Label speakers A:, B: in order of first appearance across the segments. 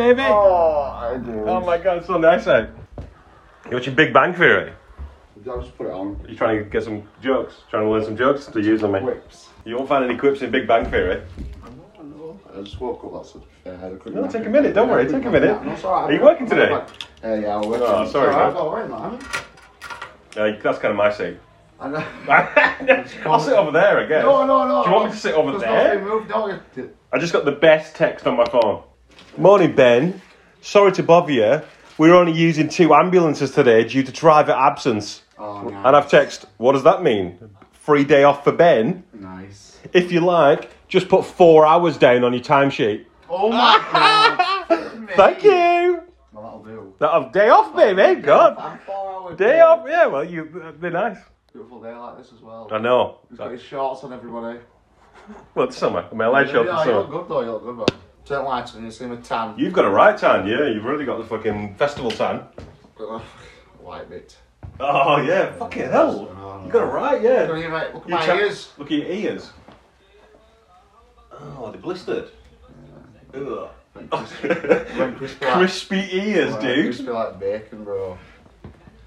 A: Oh, I do.
B: Oh my god, it's so nice out. You watching Big Bang Theory?
A: I'll just put it on.
B: You trying to get some jokes? Trying to learn some jokes to use on me?
A: Whips.
B: You won't find any quips in Big Bang Theory.
A: I know. I just woke up. That's a, uh, I had a quick
B: No,
A: nap.
B: take a minute, don't worry,
A: Quick
B: take a
A: nap,
B: minute.
A: yeah, no, it's all right.
B: Are you working today?
A: Uh, yeah, I'm working.
B: Oh,
A: It's
B: sorry,
A: all right,
B: man.
A: Don't worry, man.
B: Uh, that's kind of my seat.
A: I know.
B: I'll sit over there, I guess.
A: No, no, no.
B: Do you want me to sit over
A: Just
B: there?
A: don't say move, don't you?
B: I just got the best text on my phone. Morning, Ben. Sorry to bother you. We're only using two ambulances today due to driver absence.
A: Oh,
B: And
A: nice.
B: I've texted, what does that mean? Free day off for Ben?
A: nice.
B: If you like, just put four hours down on your timesheet.
A: Oh my god.
B: Thank you.
A: Well, that'll do.
B: That of day off, baby. God.
A: I'm four hours.
B: Day off. Yeah, well, you that'd be nice.
A: Beautiful day like this as well.
B: I know.
A: He's got his shorts on, everybody.
B: Well, it's summer. My light shop
A: yeah,
B: is
A: you look
B: summer.
A: good though, you look good, man. Turn lights on, you see my tan.
B: You've got a right tan, yeah. You've really got the fucking festival tan.
A: White bit.
B: Oh yeah, fucking hell. You got a right, yeah.
A: Look at my- look at
B: You
A: my
B: cha-
A: ears.
B: Look at your ears. Oh, they're blistered. Ugh.
A: Went crispy like-
B: Crispy ears,
A: like,
B: dude.
A: Crispy like bacon, bro.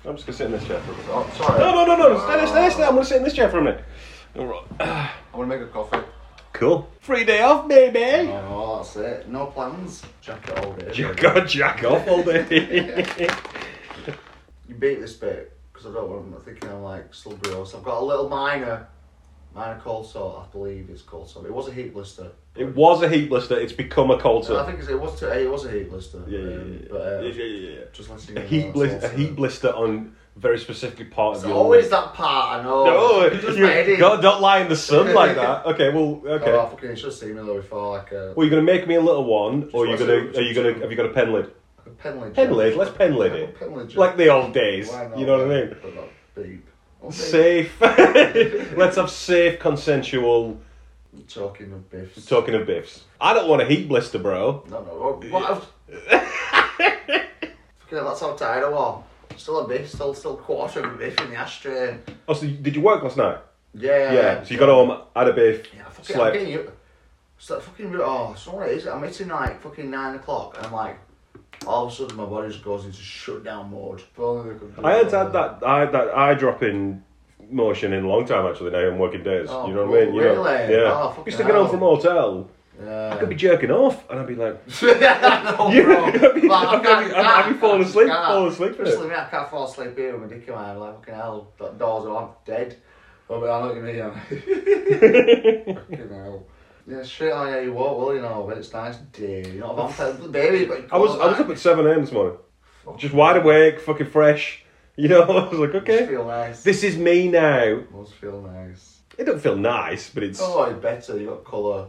B: I'm just gonna sit in this chair for a minute.
A: Oh, sorry.
B: No, no, no, no. Stay, there, stay, there, stay. there. I'm gonna sit in this chair for a minute. Alright.
A: I'm gonna make a coffee.
B: Cool. Free day off, baby.
A: Oh, no, that's it. No plans. Jack it all day.
B: Jack off, jack off all day.
A: You beat this bit because I don't want. I'm thinking I'm like slippery or I've got a little minor, minor cold sore. I believe it's cold sore. It was a heat blister.
B: it was a heat blister. It's become a cold
A: I
B: sore.
A: think it's, it was. Too, it was a heat blister.
B: Yeah, yeah,
A: um,
B: yeah,
A: But, uh,
B: yeah, yeah, yeah, yeah.
A: Just letting you
B: A
A: know
B: heat
A: that's
B: blister. A
A: also-
B: heat blister on a very specific part of
A: It's
B: your.
A: always that part. I know.
B: No,
A: It does my head
B: you,
A: in.
B: God, don't lie in the sun like that. Okay, well, okay.
A: Oh, fucking, you should have seen me though before. Like uh, a
B: Well, you're gonna make me a little one, or you're
A: Just
B: gonna,
A: watch it.
B: are you gonna, have you got a pen lid?
A: a pen lid.
B: Pen lid. Let's pen lid
A: Yeah,
B: it.
A: pen lid, yeah.
B: Like the old days.
A: Why not?
B: You know what I mean?
A: But not Beep. Oh, beep.
B: Safe. Let's have safe, consensual
A: Talking of biffs.
B: talking of biffs. I don't want a heat blister, bro.
A: No, no. oh, What? I've- Fucking hell, that's how tired I was. Still a biff, still, still quarter of a biff in the ashtray.
B: Oh, so you- did you work last night?
A: Yeah.
B: Yeah. So you got home, had a biff,
A: Yeah, fucking, I'm
B: slept.
A: getting you. It's like fucking, oh, so what it is, I'm hitting like fucking nine o'clock and I'm like, all of a sudden my body just goes into shutdown mode. If only they could do
B: I had had that, I had that eye dropping motion in a long time actually. Now I'm working days.
A: Oh,
B: you know what I mean? You know,
A: really?
B: yeah.
A: Oh, fucking
B: Used to get home
A: hell.
B: from a hotel.
A: Yeah.
B: I could be jerking off, and I'd be like,
A: no,
B: You-
A: bro.
B: I'd be-
A: Like, I
B: I'd be-
A: can't-
B: I'd- I'd be
A: I
B: falling
A: can't-
B: asleep-
A: can't.
B: falling asleep in it.
A: Especially me, I can't fall asleep here with my dick in my hand. Like, fucking hell, that door's on, dead. Oh, but I'm looking at you. fucking hell. Yeah, shit, oh yeah, you walk well, you know, but it's nice, dear. You're not a vampire, but baby, but you
B: I was, I was up at seven a.m. this morning, just wide awake, fucking fresh. You know, I was like,
A: Must
B: okay,
A: feel nice.
B: this is me now.
A: Must feel nice.
B: It don't feel nice, but it's
A: Oh, it's better, you got colour.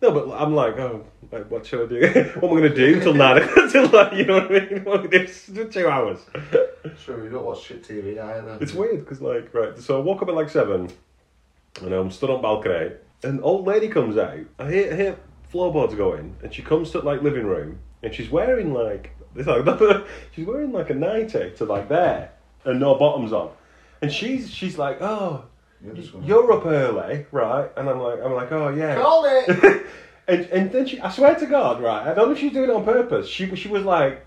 B: no. But I'm like, oh, like, what shall I do? what am I gonna do till nine? till like, you know what I mean? What am I gonna do? It's two hours.
A: Sure, you don't watch shit TV either.
B: It's weird because like right, so I woke up at like seven, and I'm stood on balcony. An old lady comes out. I hear, hear floorboards going, and she comes to like living room, and she's wearing like it's like she's wearing like a nightie to like there, and no bottoms on, and she's she's like, oh,
A: You're just gonna-
B: you're up early, right? And I'm like, I'm like, oh yeah.
A: Called it!
B: and and then she, I swear to God, right? I don't know if she's doing it on purpose. She she was like,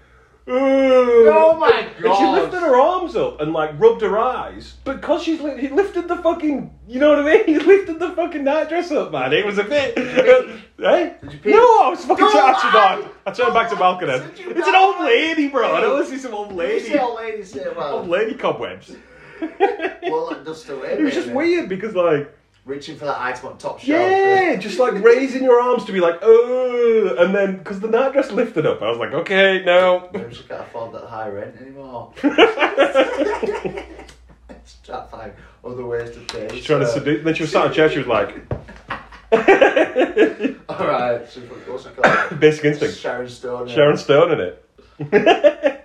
B: Ooh.
A: Oh my
B: And she
A: God.
B: lifted her arms up and like rubbed her eyes because she's li- he lifted the fucking, you know what I mean? He lifted the fucking nightdress up, man. It was a bit. Hey?
A: Did you pee?
B: No, I was fucking.
A: Go
B: T- I turned
A: on!
B: back- I turned back to
A: Go on,
B: balcony.
A: did you
B: It's an
A: not?
B: old lady, bro. I don't want to see some old
A: You
B: lady.
A: see old ladies here,
B: Old
A: well,
B: lady cobwebs.
A: well, that dust away.
B: It was just weird because like.
A: Reaching for that item on top shelf.
B: Yeah, just like raising your arms to be like, oh, and then because the nightdress lifted up, I was like, okay, no.
A: Maybe she can't afford that high rent anymore. She's trying to find other ways to pay.
B: She's trying to seduce. Then she was sat on a chair. She was like,
A: Alright, so what's it called?
B: basic instinct.
A: Sharon Stone.
B: Sharon Stone in it.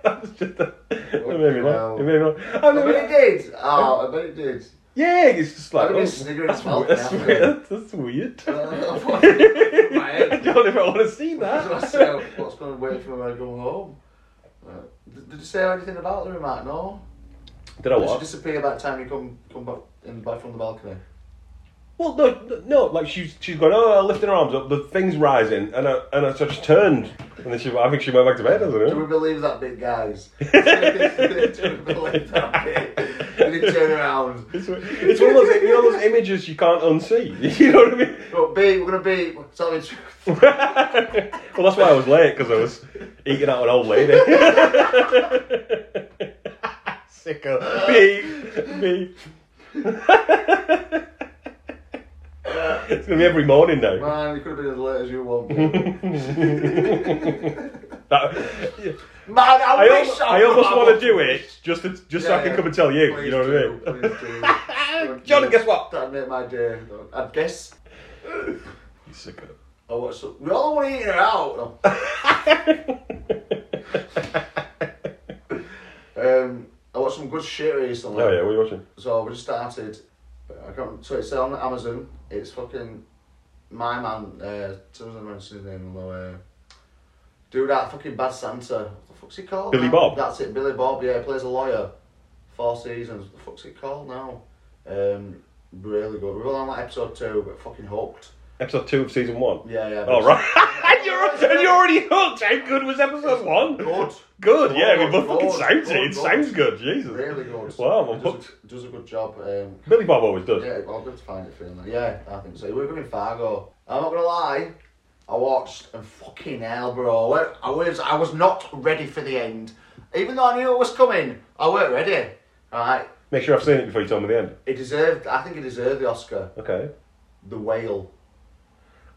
B: that was just. A, it made me laugh. It made me laugh. I
A: I bet it
B: mean,
A: did. Oh, I bet it did.
B: yeah, it's just like
A: I mean,
B: oh,
A: it's sniggering
B: that's,
A: mouth
B: weird, that's,
A: now,
B: weird, that's weird.
A: Uh, my
B: I
A: head.
B: don't know if I want to see
A: So I
B: that.
A: said, what's going to wait for me when I go home? Right. Did, did you say anything about the remark? No.
B: Did I
A: Did she
B: what?
A: disappear by the time you come come back in back from the balcony?
B: Well, no, no. Like she's she's going, oh, lifting her arms up. The thing's rising, and I and I just turned, and then she. I think she went back to bed. I don't
A: Do we
B: know.
A: believe that bit, guys? Do we believe that bit? And he turned around.
B: It's, it's one of those you know those images you can't unsee. You know what I mean?
A: But B, we're gonna be. Sorry, truth.
B: well, that's why I was late because I was eating out an old lady. Sicko. Beep. Beep. it's gonna be every morning now.
A: Man, you could have been as late as you want. Man,
B: That-
A: I,
B: I,
A: wish
B: almost,
A: I,
B: I almost
A: would.
B: want to do it just to, just so I
A: Yeah,
B: can
A: yeah.
B: come and tell you.
A: Please
B: you know what I
A: do,
B: mean?
A: please do. Don't
B: Jordan,
A: do it.
B: guess what?
A: That'd make my day. I'd guess.
B: You sicko.
A: Oh, what's up? We all want to eat her out. Um, I watched some good shit recently.
B: Oh yeah, what are you watching?
A: So we just started. I can't. So it's on Amazon. It's fucking my man. Uh, someone mentioned his name. Although, uh, do that fucking bad Santa. What the fuck's he called?
B: Billy
A: now?
B: Bob?
A: That's it. Billy Bob. Yeah, he plays a lawyer. Four seasons. What the fuck's it called now? Um, really good. We're on like episode two, but fucking hooked.
B: Episode two of season one.
A: Yeah, yeah.
B: All right. and you're and you're already hooked. How good was episode one?
A: Good.
B: Good, yeah, we
A: Good,
B: both fucking
A: good,
B: sounds it.
A: good,
B: It
A: good.
B: sounds good, Jesus.
A: Really good.
B: Wow, I'm
A: He does,
B: hooked.
A: a, does a good job. Um,
B: Billy Bob always does.
A: Yeah, I'll good to find it feeling. Yeah, I think so. We're in Fargo. I'm not gonna lie. I watched and fucking hell, bro. I- I was I was not ready for the end. Even though I knew it was coming, I weren't ready. Right?
B: Make sure I've seen it before you tell me the end.
A: It deserved. I think it deserved the Oscar.
B: Okay.
A: The Whale.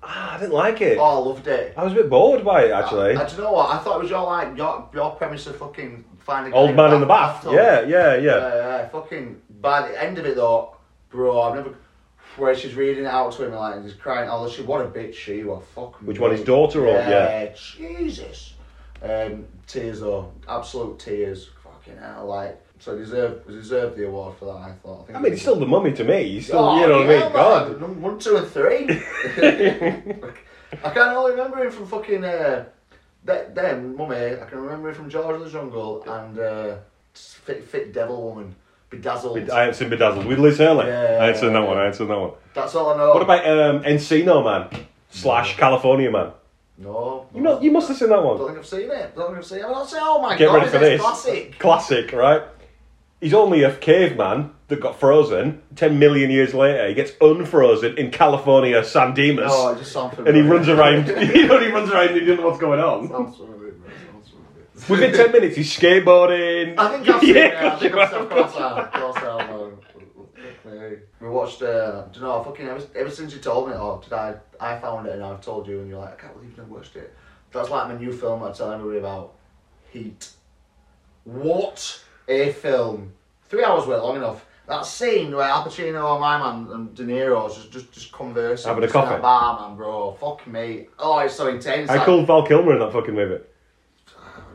B: Ah, I didn't like it.
A: Oh, I loved it.
B: I was a bit bored by it, actually.
A: I, I- do you know what? I thought it was your like your, your premise of fucking finding
B: Old man in the bath. Yeah, yeah, yeah.
A: Yeah, yeah, fucking. By the end of it though, bro, I've never. Where she's reading it out to him like and he's crying. Oh, she what a bitch she was. Fuck me.
B: Which one, his daughter or- yeah.
A: Jesus. Um, tears though, absolute tears. Fucking hell, like so deserve deserved the award for that. I thought. think
B: I mean,
A: it
B: he's still the mummy to me. He's still,
A: Oh,
B: you know what I
A: yeah,
B: mean? God.
A: man, num- One, two, and three. I can only remember him from fucking uh, that them mummy. I can remember him from George of the Jungle and uh, fit, fit Devil Woman, Bedazzled.
B: I haven't seen Bedazzled with Liz Hurley.
A: Yeah.
B: I haven't seen that one. I haven't seen that one.
A: That's all I know.
B: What about um, Encino Man slash California Man?
A: No,
B: You, know, you must have seen that
A: I don't
B: one.
A: think I've seen it. I don't think I've seen it. I'll say, oh my
B: Get
A: god,
B: ready for
A: it's
B: this.
A: classic.
B: Classic, right? He's only a caveman that got frozen. Ten million years later, he gets unfrozen in California, San Dimas.
A: No, it just sounds familiar.
B: and he runs around. you know, he runs around. And he doesn't know what's going on.
A: Sounds familiar, bro. Sounds familiar.
B: Within ten minutes, he's skateboarding.
A: I think I've seen it. I
B: of course
A: think
B: you
A: I've seen
B: have.
A: it. Of course I have. Of course I have. man. Okay. We watched, uh, do you know, fucking ever, ever since you told me, oh, did I, I found it and I've told you, and you're like, I can't believe you never watched it. That's like my new film I tell everybody about Heat. What a film. Three hours weren't long enough. That scene where Al Pacino and my man and De Niro's just, just, just conversing.
B: Having a
A: just in
B: coffee.
A: Bar, man, bro. Fuck me. Oh, it's so intense.
B: I
A: like-
B: called Val Kilmer in that fucking movie.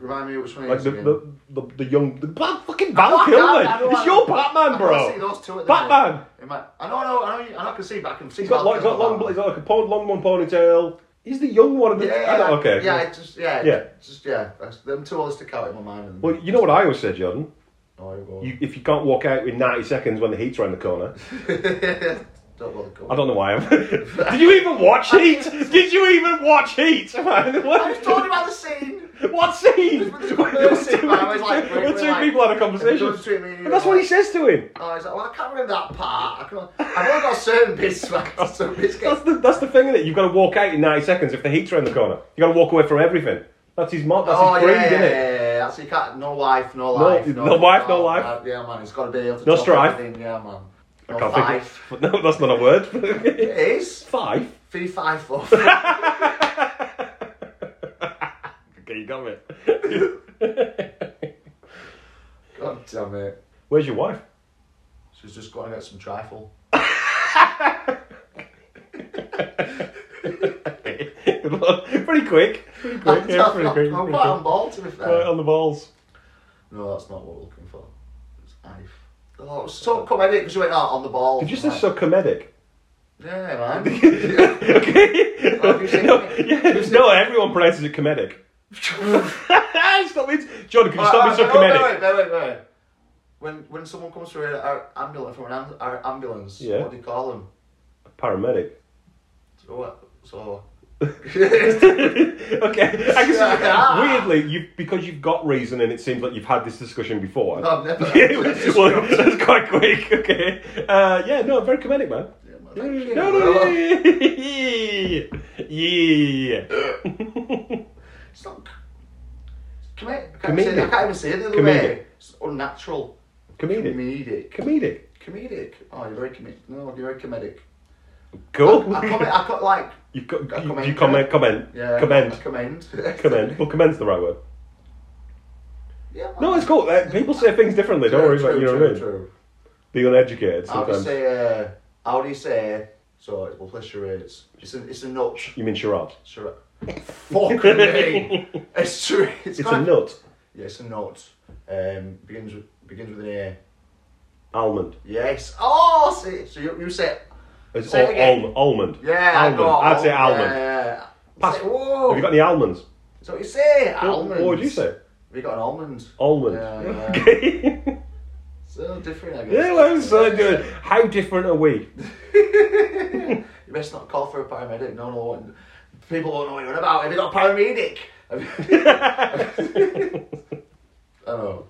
A: Remind me which one it
B: Like
A: is
B: the
A: again.
B: the, the, the young the bad fucking
A: I
B: Val
A: don't- I
B: Kilmer.
A: don't- I don't
B: It's
A: like-
B: your
A: I
B: Batman,
A: can't
B: bro.
A: see those two at the
B: Batman.
A: minute. It might- I know, I know, I know, I know, I can see, but I can see.
B: He's got like, got long, he's got like a pon- long one ponytail. He's the young one of the.
A: yeah,
B: I
A: yeah,
B: don't- okay.
A: Yeah, it's just yeah,
B: Yeah.
A: yeah, just yeah. That's, them two all stick out in my mind.
B: Well, you know what I always say, Jordan.
A: Oh, you go.
B: You, if you can't walk out in ninety seconds when the heat's around the corner,
A: don't bother coming.
B: I don't know why. I'm... Did you even watch Heat? Did you even watch Heat? Man, what-
A: I was talking about the scene.
B: What scene?
A: It was
B: There was
A: conversing,
B: two,
A: man. I was like,
B: there were
A: we're
B: two
A: like-
B: people had a
A: It
B: conversation.
A: was between me and you,
B: And that's
A: I'm
B: what he
A: like-
B: says to him.
A: Oh, he's like, well, I can't remember that part. I can't, I've only got certain bits, man. Certain bits
B: That's
A: get.
B: the, that's the thing, is it? You've got to walk out in 90 seconds if the heat's around the corner. You've got to walk away from everything. That's his motto, that's
A: Oh
B: his
A: yeah,
B: creed,
A: yeah,
B: isn't
A: yeah,
B: it?
A: yeah. That's you can't. No wife, no life.
B: no wife, no life.
A: uh, Yeah, man. It's got to be able to.
B: No
A: top
B: strife.
A: everything, Yeah, man. No
B: I can't
A: fife.
B: think of, No, that's not a word.
A: It is.
B: Five?
A: Fee five four.
B: Okay, you got me.
A: God damn it.
B: Where's your wife?
A: She's just going to get some trifle.
B: pretty quick. Pretty quick. Yeah,
A: I'm,
B: pretty
A: I'm,
B: quick.
A: I'm
B: pretty
A: quite
B: quick.
A: on ball, to be fair.
B: Right on the balls.
A: No, that's not what we're looking for. It's Ife. Oh, it was so comedic because you went out on the ball.
B: Did you
A: I'm
B: say so comedic?
A: like, Yeah, man.
B: okay.
A: Oh, you said-
B: no, yeah,
A: you said-
B: no, everyone pronounces it comedic. stop it. John, can you stop being so
A: Alright, alright,
B: comedic?
A: Wait, wait, wait, wait, wait. When when someone comes through our ambulance from an am- our ambulance,
B: Yeah.
A: what do you call them?
B: paramedic.
A: So what? So.
B: okay, I
A: Yeah.
B: guess weirdly, you because you've got reason, and it seems like you've had this discussion before.
A: Oh, No, I've never.
B: Yeah, well, that's quite quick. Okay, uh, yeah, no, very comedic, man.
A: Yeah, well,
B: No,
A: thank you.
B: no, no, yeah, yeah, yeah, yeah, yeah.
A: It's not. Commit. I can't, even say, I
B: Comedic.
A: can't even say it the other
B: Comedic.
A: way. It's unnatural.
B: comedic,
A: Comedic.
B: comedic,
A: Comedic. Oh, you're very comedic. No, you're very comedic.
B: cool.
A: I, I, comment, I co- like.
B: you co-
A: I
B: you,
A: comment,
B: you comment, comment,
A: Yeah.
B: comment,
A: I commend.
B: comment. Well, comment's the right word.
A: yeah, well,
B: No, it's cool. Uh, people say things differently. Don't
A: true,
B: worry about
A: true,
B: you know
A: true,
B: what I mean.
A: true.
B: Being uneducated
A: How do you
B: sometimes.
A: say? Uh, how do you say? So it's well, plus charades. It's a, it's a nut.
B: You mean charade?
A: Charade. Fuck me. It's true.
B: It's
A: It's,
B: a
A: quite-
B: nut.
A: Yeah, it's a nut. Um, begins with, begins with an A.
B: Almond.
A: Yes. Oh, see, so you, you say
B: It's
A: Say it
B: al-
A: again.
B: al- almond.
A: yeah. I
B: almond.
A: got
B: I'd say
A: al-
B: almond.
A: Yeah.
B: Pass.
A: Say, whoa.
B: Have you got any almonds?
A: So you say
B: What-
A: almonds.
B: What would you say?
A: We got an almond.
B: Almond.
A: Yeah, yeah.
B: Okay.
A: So different, I guess.
B: yeah, well, so good. How different are we?
A: You best not call for a paramedic. No, no one. People won't know what you're about. Have you got a paramedic? Have you- I don't know.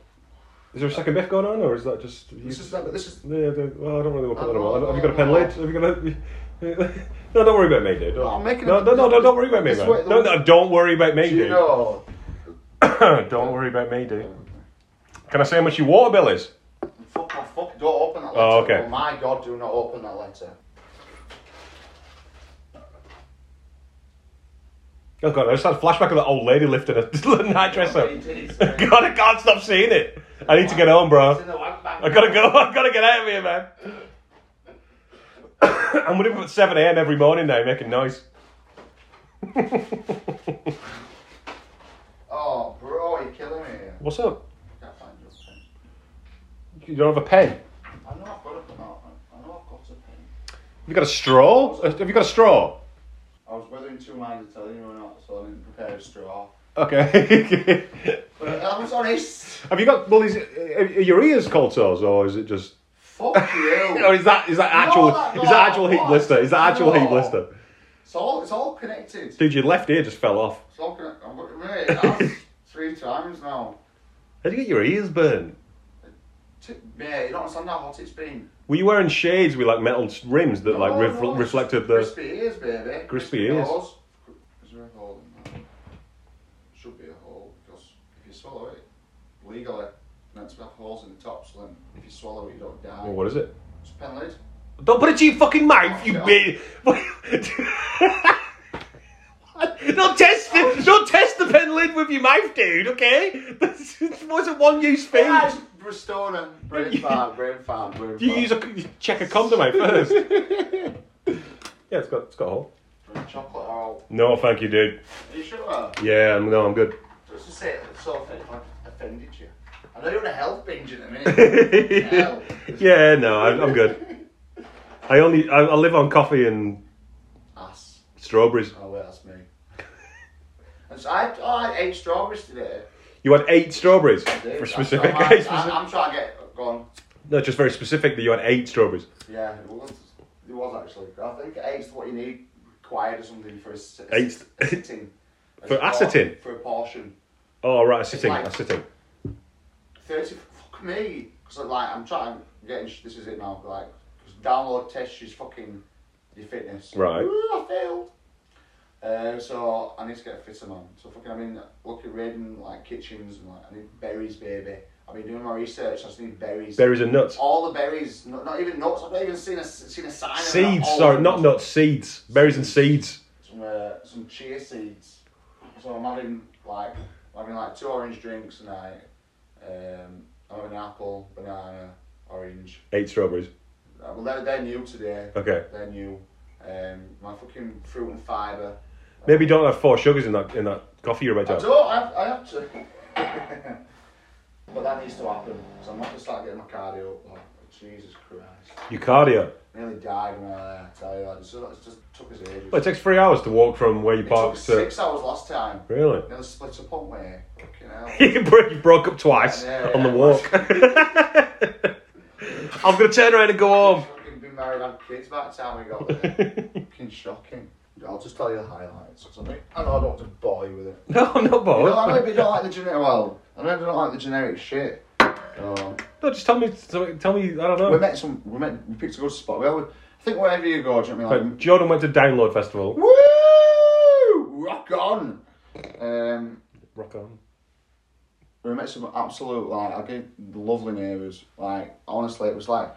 B: Is there a second bit going on, or is that just? You,
A: This is not. This is.
B: yeah, the- well, I don't really want to put that
A: Oh,
B: on. Have you got a pen lid? Have you got a? No, don't worry about me, dude. Don't-
A: No, I'm making
B: no,
A: a-
B: no, no, no, don't worry about me,
A: This
B: man.
A: way-
B: No, no, don't worry about me,
A: Do you
B: dude.
A: know?
B: don't worry about me, dude. Can I say how much your water bill is?
A: Fuck off! Fuck! Don't open that letter.
B: Oh, okay.
A: Oh my god! Do not open that letter.
B: Oh god, I just had a flashback of that old lady lifting a night dress up. God, I can't stop seeing it. I need to get home, bro. I gotta go. I gotta get out of here, man. I'm gonna be up at 7 a.m. every morning now, making noise.
A: Oh, bro, you're killing me. here.
B: What's up?
A: I can't find your pen.
B: You don't have a pen?
A: I know I've got a pen. I know I've got a pen.
B: Have you got a straw? Have you got a straw?
A: I was whether in two minds to tell you or not, so I didn't prepare a straw.
B: Okay.
A: But I was honest.
B: have you got well? Is, are your ears cold sores, or is it just?
A: Fuck you.
B: Or is that is that actual
A: that-
B: is that actual
A: no,
B: heat
A: what?
B: blister? Is that actual heat
A: No.
B: blister?
A: It's all. It's all connected.
B: Dude, your left ear just fell off.
A: It's all connected. I'm gonna- mate, that's three times now.
B: How would you get your ears burned?
A: T- Mate, you don't understand how hot it's been.
B: Were you wearing shades with like metal s- rims that like
A: No,
B: ref-
A: no, it's
B: reflected the?
A: Crispy ears, baby.
B: Crispy ears.
A: nose. Is there a hole in that? Should be a hole, because if you swallow it, legally, you're meant to have holes in the top, so then if you swallow it, you don't die.
B: Well, Oh, what is it?
A: It's a pen lid.
B: Don't put it to your fucking mouth, you
A: Oh,
B: bit. don't test the don't test the pen lid with your mouth, dude. Okay, this was a one use thing.
A: Yeah, Restore them. Brain fart, brain fart, brain fart.
B: Do you use a you check a condom out first? yeah, it's got it's got a hole.
A: chocolate hole?
B: No, thank you, dude.
A: Are you sure?
B: Yeah, I'm, no, I'm good.
A: Just to say, it's so offended, I offended you. I know you're on a health binge in a minute. Hell.
B: yeah, no, I'm, I'm good. I only I, I live on coffee and
A: Ass.
B: strawberries.
A: Oh, well, that's me. And so I, oh, I ate strawberries today.
B: You had eight strawberries
A: Dude,
B: for
A: that's
B: specific.
A: not my-
B: specific-
A: I, am trying to get gone.
B: no, just very specific that you had eight strawberries.
A: Yeah, it was. It was actually. I think eight's what you need required or something for a, s- a
B: Eight.
A: s- a sitting. A
B: For
A: por-
B: ascertain?
A: For a portion.
B: Oh right, a sitting,
A: like-
B: a sitting.
A: Thirty. Fuck me. Because like I'm trying getting. sh- This is it now. Like 'cause download test is fucking your fitness.
B: Right.
A: Ooh, I failed. Uh, so I need to get a fitter man. So fucking I mean look at raiding like kitchens and like I need berries, baby. I've been doing my research. I just need berries.
B: Berries and nuts.
A: All the berries, not, not even nuts. I've not even seen a seen a sign. of
B: Seeds,
A: that. All
B: sorry,
A: of
B: not
A: them.
B: nuts. Seeds, berries and seeds.
A: Some uh, some chia seeds. So I'm having like I'm having like two orange drinks tonight. Um, I'm having apple, banana, orange.
B: Eight strawberries.
A: Uh, Well, they're, they're new today.
B: Okay.
A: They're new. Um, my fucking fruit and fibre.
B: Maybe you don't have four sugars in that in that coffee you're about to
A: I
B: have.
A: don't. I have, I have to. but that needs to happen. So I'm not gonna start getting my cardio up. Like, Jesus Christ.
B: Your cardio.
A: Nearly died when I tell you that. It's just, it's just took us ages.
B: Well, it takes three hours to walk from where you
A: It took
B: parked to.
A: six hours last time.
B: Really?
A: Nearly split up on way. Fucking hell.
B: you broke, you broke up twice
A: Yeah,
B: on the
A: yeah.
B: walk. I'm gonna turn around and go home.
A: Fucking been married, had kids by the time we got there. Fucking shocking. I'll just tell you the highlights or something. I know I don't want to bore you with it.
B: No, I'm not
A: You know, I
B: bored.
A: maybe don't like the generic. Well, I maybe don't like the generic shit. Um,
B: No, just tell me. so- Tell me. I don't
A: we
B: know.
A: met some. We met. We picked a good spot. Well, we, I think wherever you go, do you know what I mean? Like,
B: But Jordan went to Download Festival.
A: woo! Rock on. Um,
B: Rock on.
A: we met some absolute like I gave lovely neighbours. Like honestly, it was like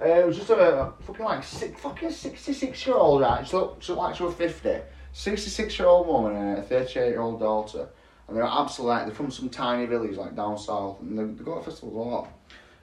A: uh, it was just a fucking like six, fucking sixty six year old right. She looked, she looked like she was fifty. Sixty six year old woman and a thirty eight year old daughter, and they're absolutely like, they're from some tiny village like down south, and they, they go to festivals a lot.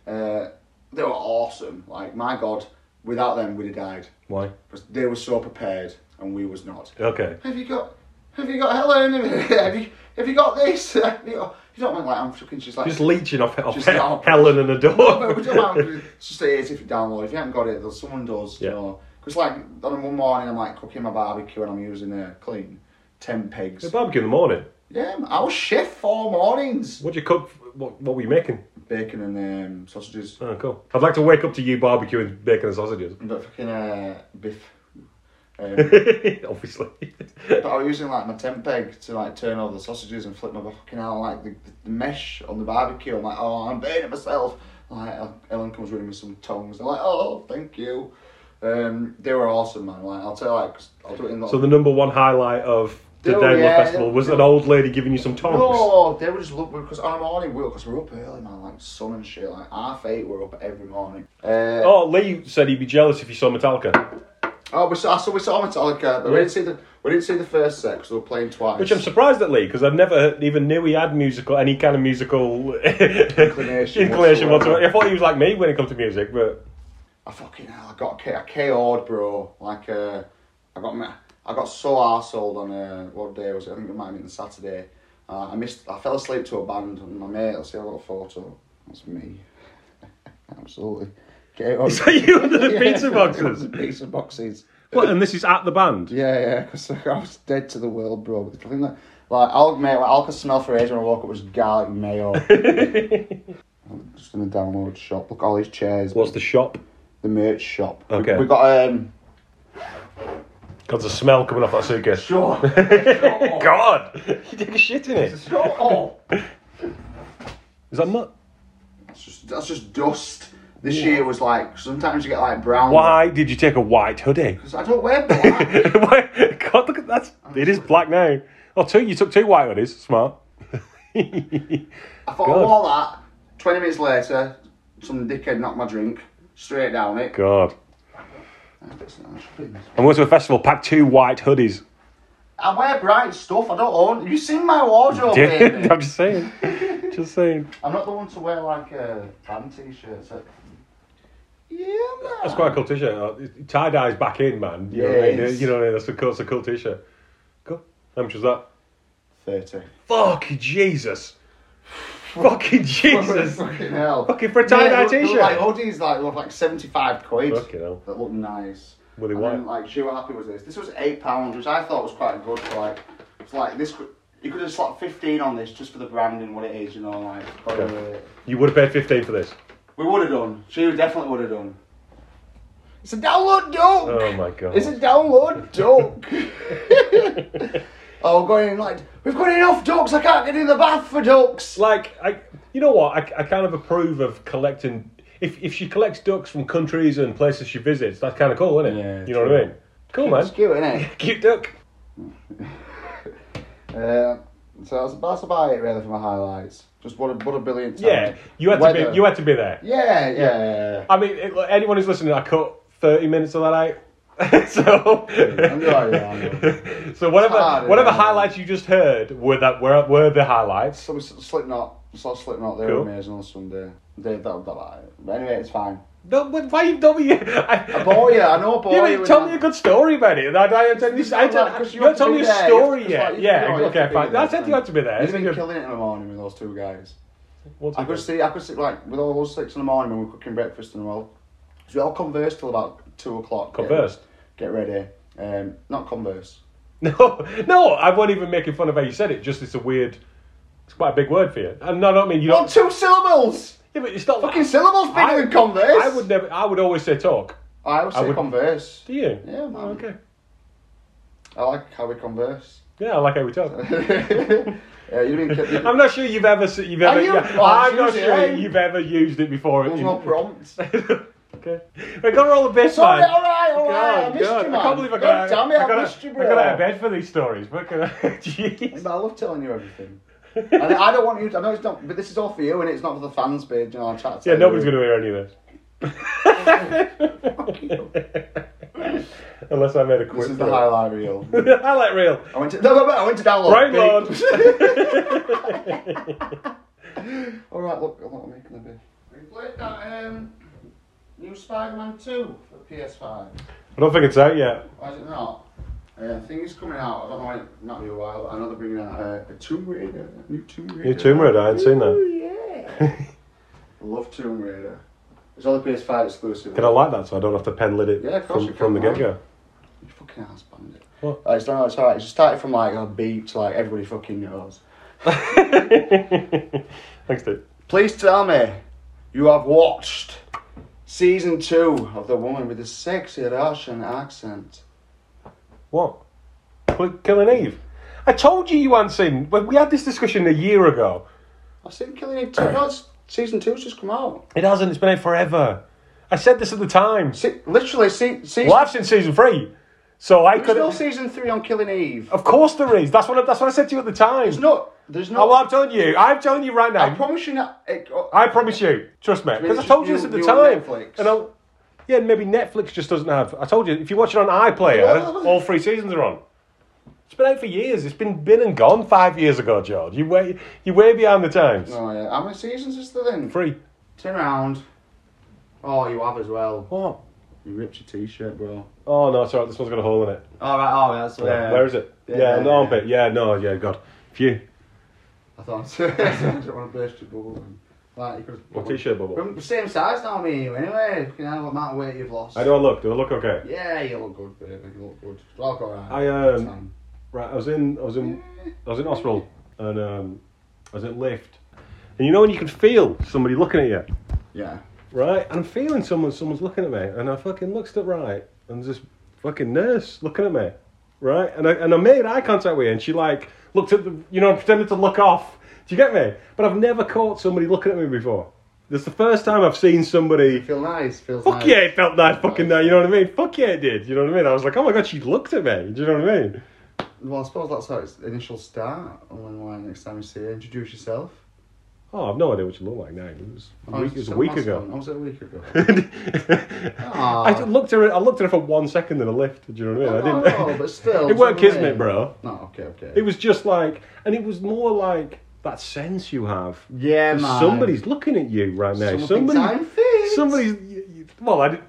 A: Uh, they were awesome. Like my god, without them we'd have died
B: Why?
A: because they were so prepared and we was not
B: Okay.
A: have you got have you got Helen? have you have you got this? Have you, got, you don't mean like I'm fucking just like
B: Just leeching off, off
A: Just not-
B: Helen and the
A: No, but we don't
B: door.
A: mind. It's just easy if you download. If you haven't got it, there's someone does.
B: Yeah.
A: You know, because like on one morning I'm like cooking my barbecue and I'm using a clean ten pigs.
B: It's barbecue in the morning.
A: Yeah, I was chef four mornings.
B: What do you cook? What, what were you making?
A: Bacon and um, sausages,
B: Oh, cool. I'd like to wake up to you barbecuing bacon and sausages.
A: but fucking uh, beef. Um,
B: Obviously.
A: but I was using like my tent peg to like turn over the sausages and flip my fucking out like the, the mesh on the barbecue. I'm like, oh, I'm burning myself. Like Ellen comes running with some tongs. I'm like, oh, thank you. Um, they were awesome, man. Like I'll tell you, like 'cause I'll do it in
B: So the number one highlight of the
A: Oh,
B: Download
A: yeah, Oh.
B: Festival was an old lady giving you some tongs.
A: No, they were just look because on a morning we because we're up early, man. Like sun and shit. Like half eight, we're up every morning. Uh,
B: Oh, Lee said he'd be jealous if he saw Metallica,
A: oh, we saw so we saw Metallica, but we didn't see the we didn't see the first set because we were playing twice.
B: which I'm surprised at Lee because I never even knew he had musical any kind of musical inclination,
A: whatsoever.
B: whatsoever. I thought he was like me when it comes to music, but
A: I fucking hell, I got K- I KO'd, bro. Like, uh, I got ma- I got so arseholed on uh, what day was it? I think it might have been Saturday. Uh, I missed. I fell asleep to a band, and my mate. Let's see, I got a photo. That's me. Absolutely. KO'd.
B: is that you under the pizza boxes?
A: pizza boxes.
B: What, and this is at the band.
A: Yeah, yeah. Because I was dead to the world, bro. I think that, like, I'll mate, like, I could smell for ages when I woke up was garlic mayo. I'm just in the download shop. Look at all these chairs.
B: What's the shop?
A: The merch shop. We-
B: Okay.
A: We, got um.
B: Got the smell coming off that suitcase.
A: Sure.
B: God, you take a shit in it.
A: Oh,
B: Is that not?
A: That's just, that's just dust. This year was like sometimes you get like brown.
B: Why did you take a white hoodie?
A: 'Cause I don't wear black.
B: Why- God, look at that. It is black now. Oh, two. You took two white hoodies. Smart.
A: I thought I
B: God.
A: wore that. Twenty minutes later, some dickhead knocked my drink straight down it.
B: God.
A: I
B: I'm going to a festival. Pack two white hoodies.
A: wear bright stuff. I don't own. Have you seen my wardrobe? baby?
B: I'm just saying. Just saying.
A: I'm not the one to wear like uh, band t-shirts. uh, Yeah, man.
B: That's quite a cool t-shirt. Tie dye's back in, man. You know what I mean?
A: Yes.
B: You know what I mean? That's a cool, that's a cool t-shirt. Cool. How much was that?
A: Thirty.
B: Fucking Jesus. Fucking Jesus.
A: Fucking hell.
B: Fucking for a tie-dye
A: Yeah, look- look
B: t-shirt.
A: Like hoodies, like look like seventy-five quid.
B: Fucking hell.
A: That look nice.
B: Were they
A: and
B: white?
A: Then, like she was happy with this. This was eight pounds, which I thought was quite good. For, like it's like this. could- You could have slapped fifteen on this just for the branding, what it is, you know, like. but,
B: Okay.
A: uh,
B: You would have paid 15 for this.
A: We would have done. She definitely would have done. It's a download joke.
B: Oh my God.
A: It's a download joke. oh, we're going in like we've got enough ducks. I can't get in the bath for ducks.
B: like I, you know what? I, I kind of approve of collecting. If if she collects ducks from countries and places she visits, that's kind of cool, isn't it?
A: Yeah,
B: you know
A: true.
B: what I mean? Cool, man.
A: It's cute, isn't it?
B: Cute Um, duck.
A: Uh, so that's, that's about it really for my highlights. Just what a what a brilliant time.
B: Yeah, you had to
A: Weather.
B: be. You had to be there.
A: Yeah, yeah, yeah.
B: I mean, it, like, anyone who's listening, I cut thirty minutes of that out. so,
A: I'm sorry, man.
B: so whatever
A: hard,
B: whatever
A: isn't it?
B: highlights you just heard were that were, were the highlights.
A: So we s- Slipknot, saw Slipknot. They
B: Cool.
A: were amazing on Sunday. They that that about it. But anyway, it's fine.
B: No, but why you don't you? I,
A: A boy, yeah, I know a boy.
B: yeah, but tell me a good story about it. I, I, I, I,
A: It's
B: I,
A: not that, 'cause
B: you
A: you
B: don't
A: have to
B: tell
A: be
B: me a
A: there,
B: story
A: it's
B: yet.
A: like, you-
B: yeah,
A: no, you have
B: okay,
A: to be
B: fine.
A: there,
B: I said you had to be there.
A: He's
B: It's
A: been
B: good.
A: killing it in the morning with those two guys.
B: What's
A: I
B: it
A: could
B: called?
A: see, I could see, like with all those six in the morning when we we're cooking breakfast and all. So we all converse till about two o'clock. Get-
B: Conversed?
A: Get, ready. Um, not converse.
B: No, no, I wasn't even making fun of how you said it. Just it's a weird. It's quite a big word for you. And no, I don't mean you
A: On
B: don't.
A: two syllables.
B: Yeah, but it's not
A: Fucking syllables bigger
B: I-
A: than converse.
B: I would never. I would always say talk.
A: I always
B: I
A: say
B: would-
A: converse.
B: Do you?
A: Yeah, man.
B: Oh, okay.
A: I like how we converse.
B: Yeah, I like how we talk.
A: yeah, you mean kid-
B: I'm not sure you've ever se- you've ever.
A: Are you-
B: yeah,
A: Oh,
B: I'm not
A: use it,
B: sure
A: eh?
B: you've ever used it before.
A: There's
B: in-
A: no prompt.
B: okay, I got all the best
A: Sorry,
B: man.
A: all right, all right. Oh, I
B: God,
A: missed
B: God,
A: you, man.
B: I can't believe I
A: God
B: got.
A: damn it,
B: I
A: I,
B: got,
A: missed you, bro.
B: I got out of bed for these stories, but can I,
A: Yeah,
B: jeez.
A: But I love telling you everything. and I don't want you. To, I know it's not, but this is all for you, and it's not for the fans, page. You know, I'll chat. To
B: Yeah, nobody's going to hear any of this. Unless I made a quick.
A: This is the highlight reel.
B: highlight reel.
A: I went to no, no, no, I went to download.
B: Right,
A: Big-
B: Lord.
A: All right, look, what am I making a bit. We played that um, new Spider-Man Two for PS5.
B: I don't think it's out yet.
A: Why is it not? Uh, I think it's coming out. I don't know. Why, it- not be a while. I know they're bringing out uh, a Tomb Raider, a new Tomb Raider.
B: New Tomb Raider, I hadn't seen
A: Oh,
B: that.
A: I love Tomb Raider. It's all the PS5 exclusive.
B: Can I like that so I don't have to pen lid it
A: Yeah, of course
B: from,
A: you
B: from the
A: can,
B: get
A: man.
B: go?
A: You fucking ass bandit.
B: What?
A: Like, it's not. It's alright. It started from like a beat to like everybody fucking knows.
B: Thanks, dude.
A: Please tell me you have watched season two of the woman with the sexy Russian accent.
B: What? We're killing Eve. I told you you hadn't seen. We we had this discussion a year ago.
A: I've seen Killing Eve two. No, it's- season two's just come out.
B: It hasn't. It's been out forever. I said this at the time.
A: See, literally, see, season.
B: Well, I've seen season three, so I
A: There's
B: could.
A: no
B: not
A: season three on Killing Eve.
B: Of course there is. That's what. I, that's what I said to you at the time.
A: There's no. There's
B: Oh,
A: no.
B: well, I'm telling you. I'm telling you right
A: I
B: now.
A: promise you not. It, oh,
B: I promise you. Trust me, because I
A: it's
B: told
A: just
B: you this at
A: new-
B: the
A: new on
B: time.
A: Netflix.
B: And I'll, yeah, maybe Netflix just doesn't have. I told you if you watch it on iPlayer,
A: Well-
B: all three seasons are on. It's been out for years. It's been been and gone five years ago, George. You way you way behind the times.
A: oh yeah. How many seasons is there then?
B: Three.
A: Turn around. Oh, you have as well.
B: What?
A: You ripped your t-shirt, bro.
B: Oh no, it's alright. This one's got a hole in it.
A: All right. Oh, yeah, that's yeah.
B: Where is it? Yeah,
A: Yeah.
B: in the armpit. Yeah, no, yeah, God. Phew.
A: I thought. I don't want to burst your bubble. then. Like you could.
B: What t-shirt bubble?
A: We're the same size now, me and you, anyway. Fucking hell, what amount of weight you've lost.
B: How do I look? Do I look okay?
A: Yeah, you look good, baby. You look good. Well, go around.
B: I um right. I was in. I was in. I was in hospital, and um, I was at lift, and you know when you can feel somebody looking at you.
A: Yeah.
B: right? And I'm feeling someone, someone's looking at me, and I fucking looked at right, and there's this fucking nurse looking at me, right? And I, and I made eye contact with her, and she like looked at the, you know, pretended to look off. Do you get me? But I've never caught somebody looking at me before. This is the first time I've seen somebody.
A: Feel nice. Feels
B: Fuck
A: nice.
B: yeah, it felt nice, fucking nice. You know what I mean? Fuck yeah, it did. You know what I mean? I was like, oh my god, she looked at me. Do you know what I mean?
A: Well, I suppose that's how its initial start. And when like next time you see her, introduce yourself.
B: Oh, I've no idea what she looked like now. It was a
A: Oh,
B: week, it was a
A: seven
B: week
A: months
B: ago.
A: I was it a week ago. Ah,
B: I just looked at her. I looked at her for one second in a lift. Do you know what I mean? I
A: Oh, but still,
B: It weren't
A: do you know
B: kismet,
A: what I mean?
B: bro.
A: No, okay, okay.
B: It was just like, and it was more like that sense you have.
A: yeah, man.
B: Somebody's looking at you right now.
A: Someone thinks
B: Somebody,
A: I'm fit.
B: somebody's. y- y- Well, I. did-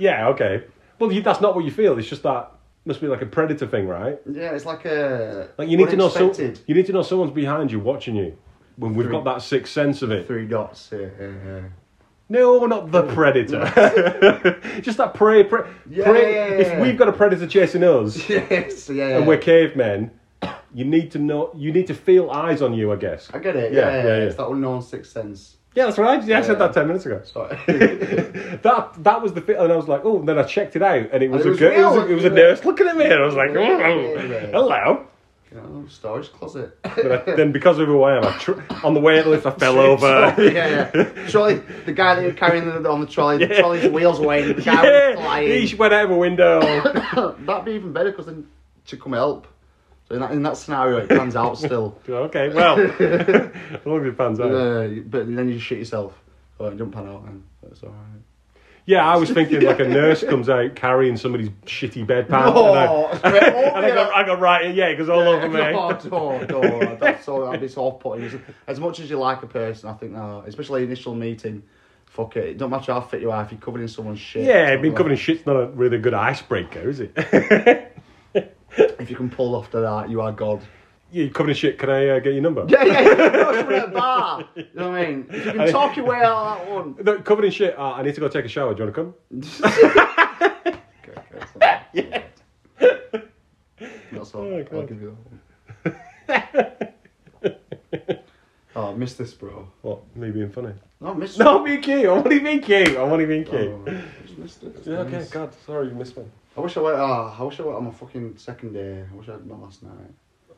B: Yeah, okay. Well, you, that's not what you feel. It's just that must be like a predator thing, right?
A: Yeah, it's like a.
B: Like you need to know. So,
A: unexpected.
B: you need to know someone's behind you, watching you. When we've got that sixth sense of it.
A: Three dots. Here.
B: No, not the predator. just that prey. prey,
A: Yeah,
B: prey-
A: yeah, yeah,
B: If
A: yeah.
B: we've got a predator chasing us,
A: Uh, uh. yes. Yeah.
B: and we're cavemen, you need to know. You need to feel eyes on you, I guess.
A: I get it.
B: Yeah,
A: Yeah, yeah,
B: yeah, yeah.
A: It's that unknown sixth sense.
B: Yeah, that's right. Yeah, I said
A: Yeah.
B: that ten minutes ago.
A: Sorry.
B: that that was the fit, and I was like, oh. Then I checked it out, and it was
A: it
B: a
A: was
B: girl. It was, a,
A: real.
B: it was a nurse looking at me, and I was like, oh,
A: Yeah.
B: hello.
A: you know, storage closet.
B: But I, then because of who I am, I tr- on the way to lift, I fell over.
A: Trolley, yeah, yeah. Trolley, the guy that you're carrying the- on the trolley, the trolley's wheels away, the guy was
B: yeah,
A: flying.
B: he went out of a window.
A: That'd be even better because then to come help. So in that, in that scenario, it pans out still.
B: okay, well, as long as it pans out.
A: Uh, but then you just shit yourself. Oh, it don't pan out, and that's alright.
B: Yeah, I was thinking like a nurse comes out carrying somebody's shitty bedpan.
A: No,
B: and I,
A: it's great.
B: and I got, I got right, yeah, it goes all over me.
A: God, oh. no, no, that's so that'd be so off-putting. As much as you like a person, I think no, especially initial meeting. Fuck it. It don't matter how fit you are if you're covered in someone's shit.
B: Yeah,
A: it's
B: being
A: not
B: covered in shit's not a really good icebreaker, is it?
A: right. If you can pull off to that, you are God.
B: you covered in shit. Can I uh, get your number?
A: Yeah, yeah, yeah. No, it's from a bar. You know what I mean? If you can talk your way out of that one.
B: No, covered in shit. Uh, I need to go take a shower. Do you want to come?
A: yeah. That's all.
B: Oh, God.
A: I'll give you that one. Oh,
C: missed this, bro.
B: What? Me being funny?
A: No, missed
B: No, me cute. I want to be cute. I want to be cute.
C: Oh, I just missed it.
B: yeah, okay,
C: Nice.
B: God, sorry, you missed me.
A: I wish I went. ah, I wish I went on my fucking second day. I wish I had not last night.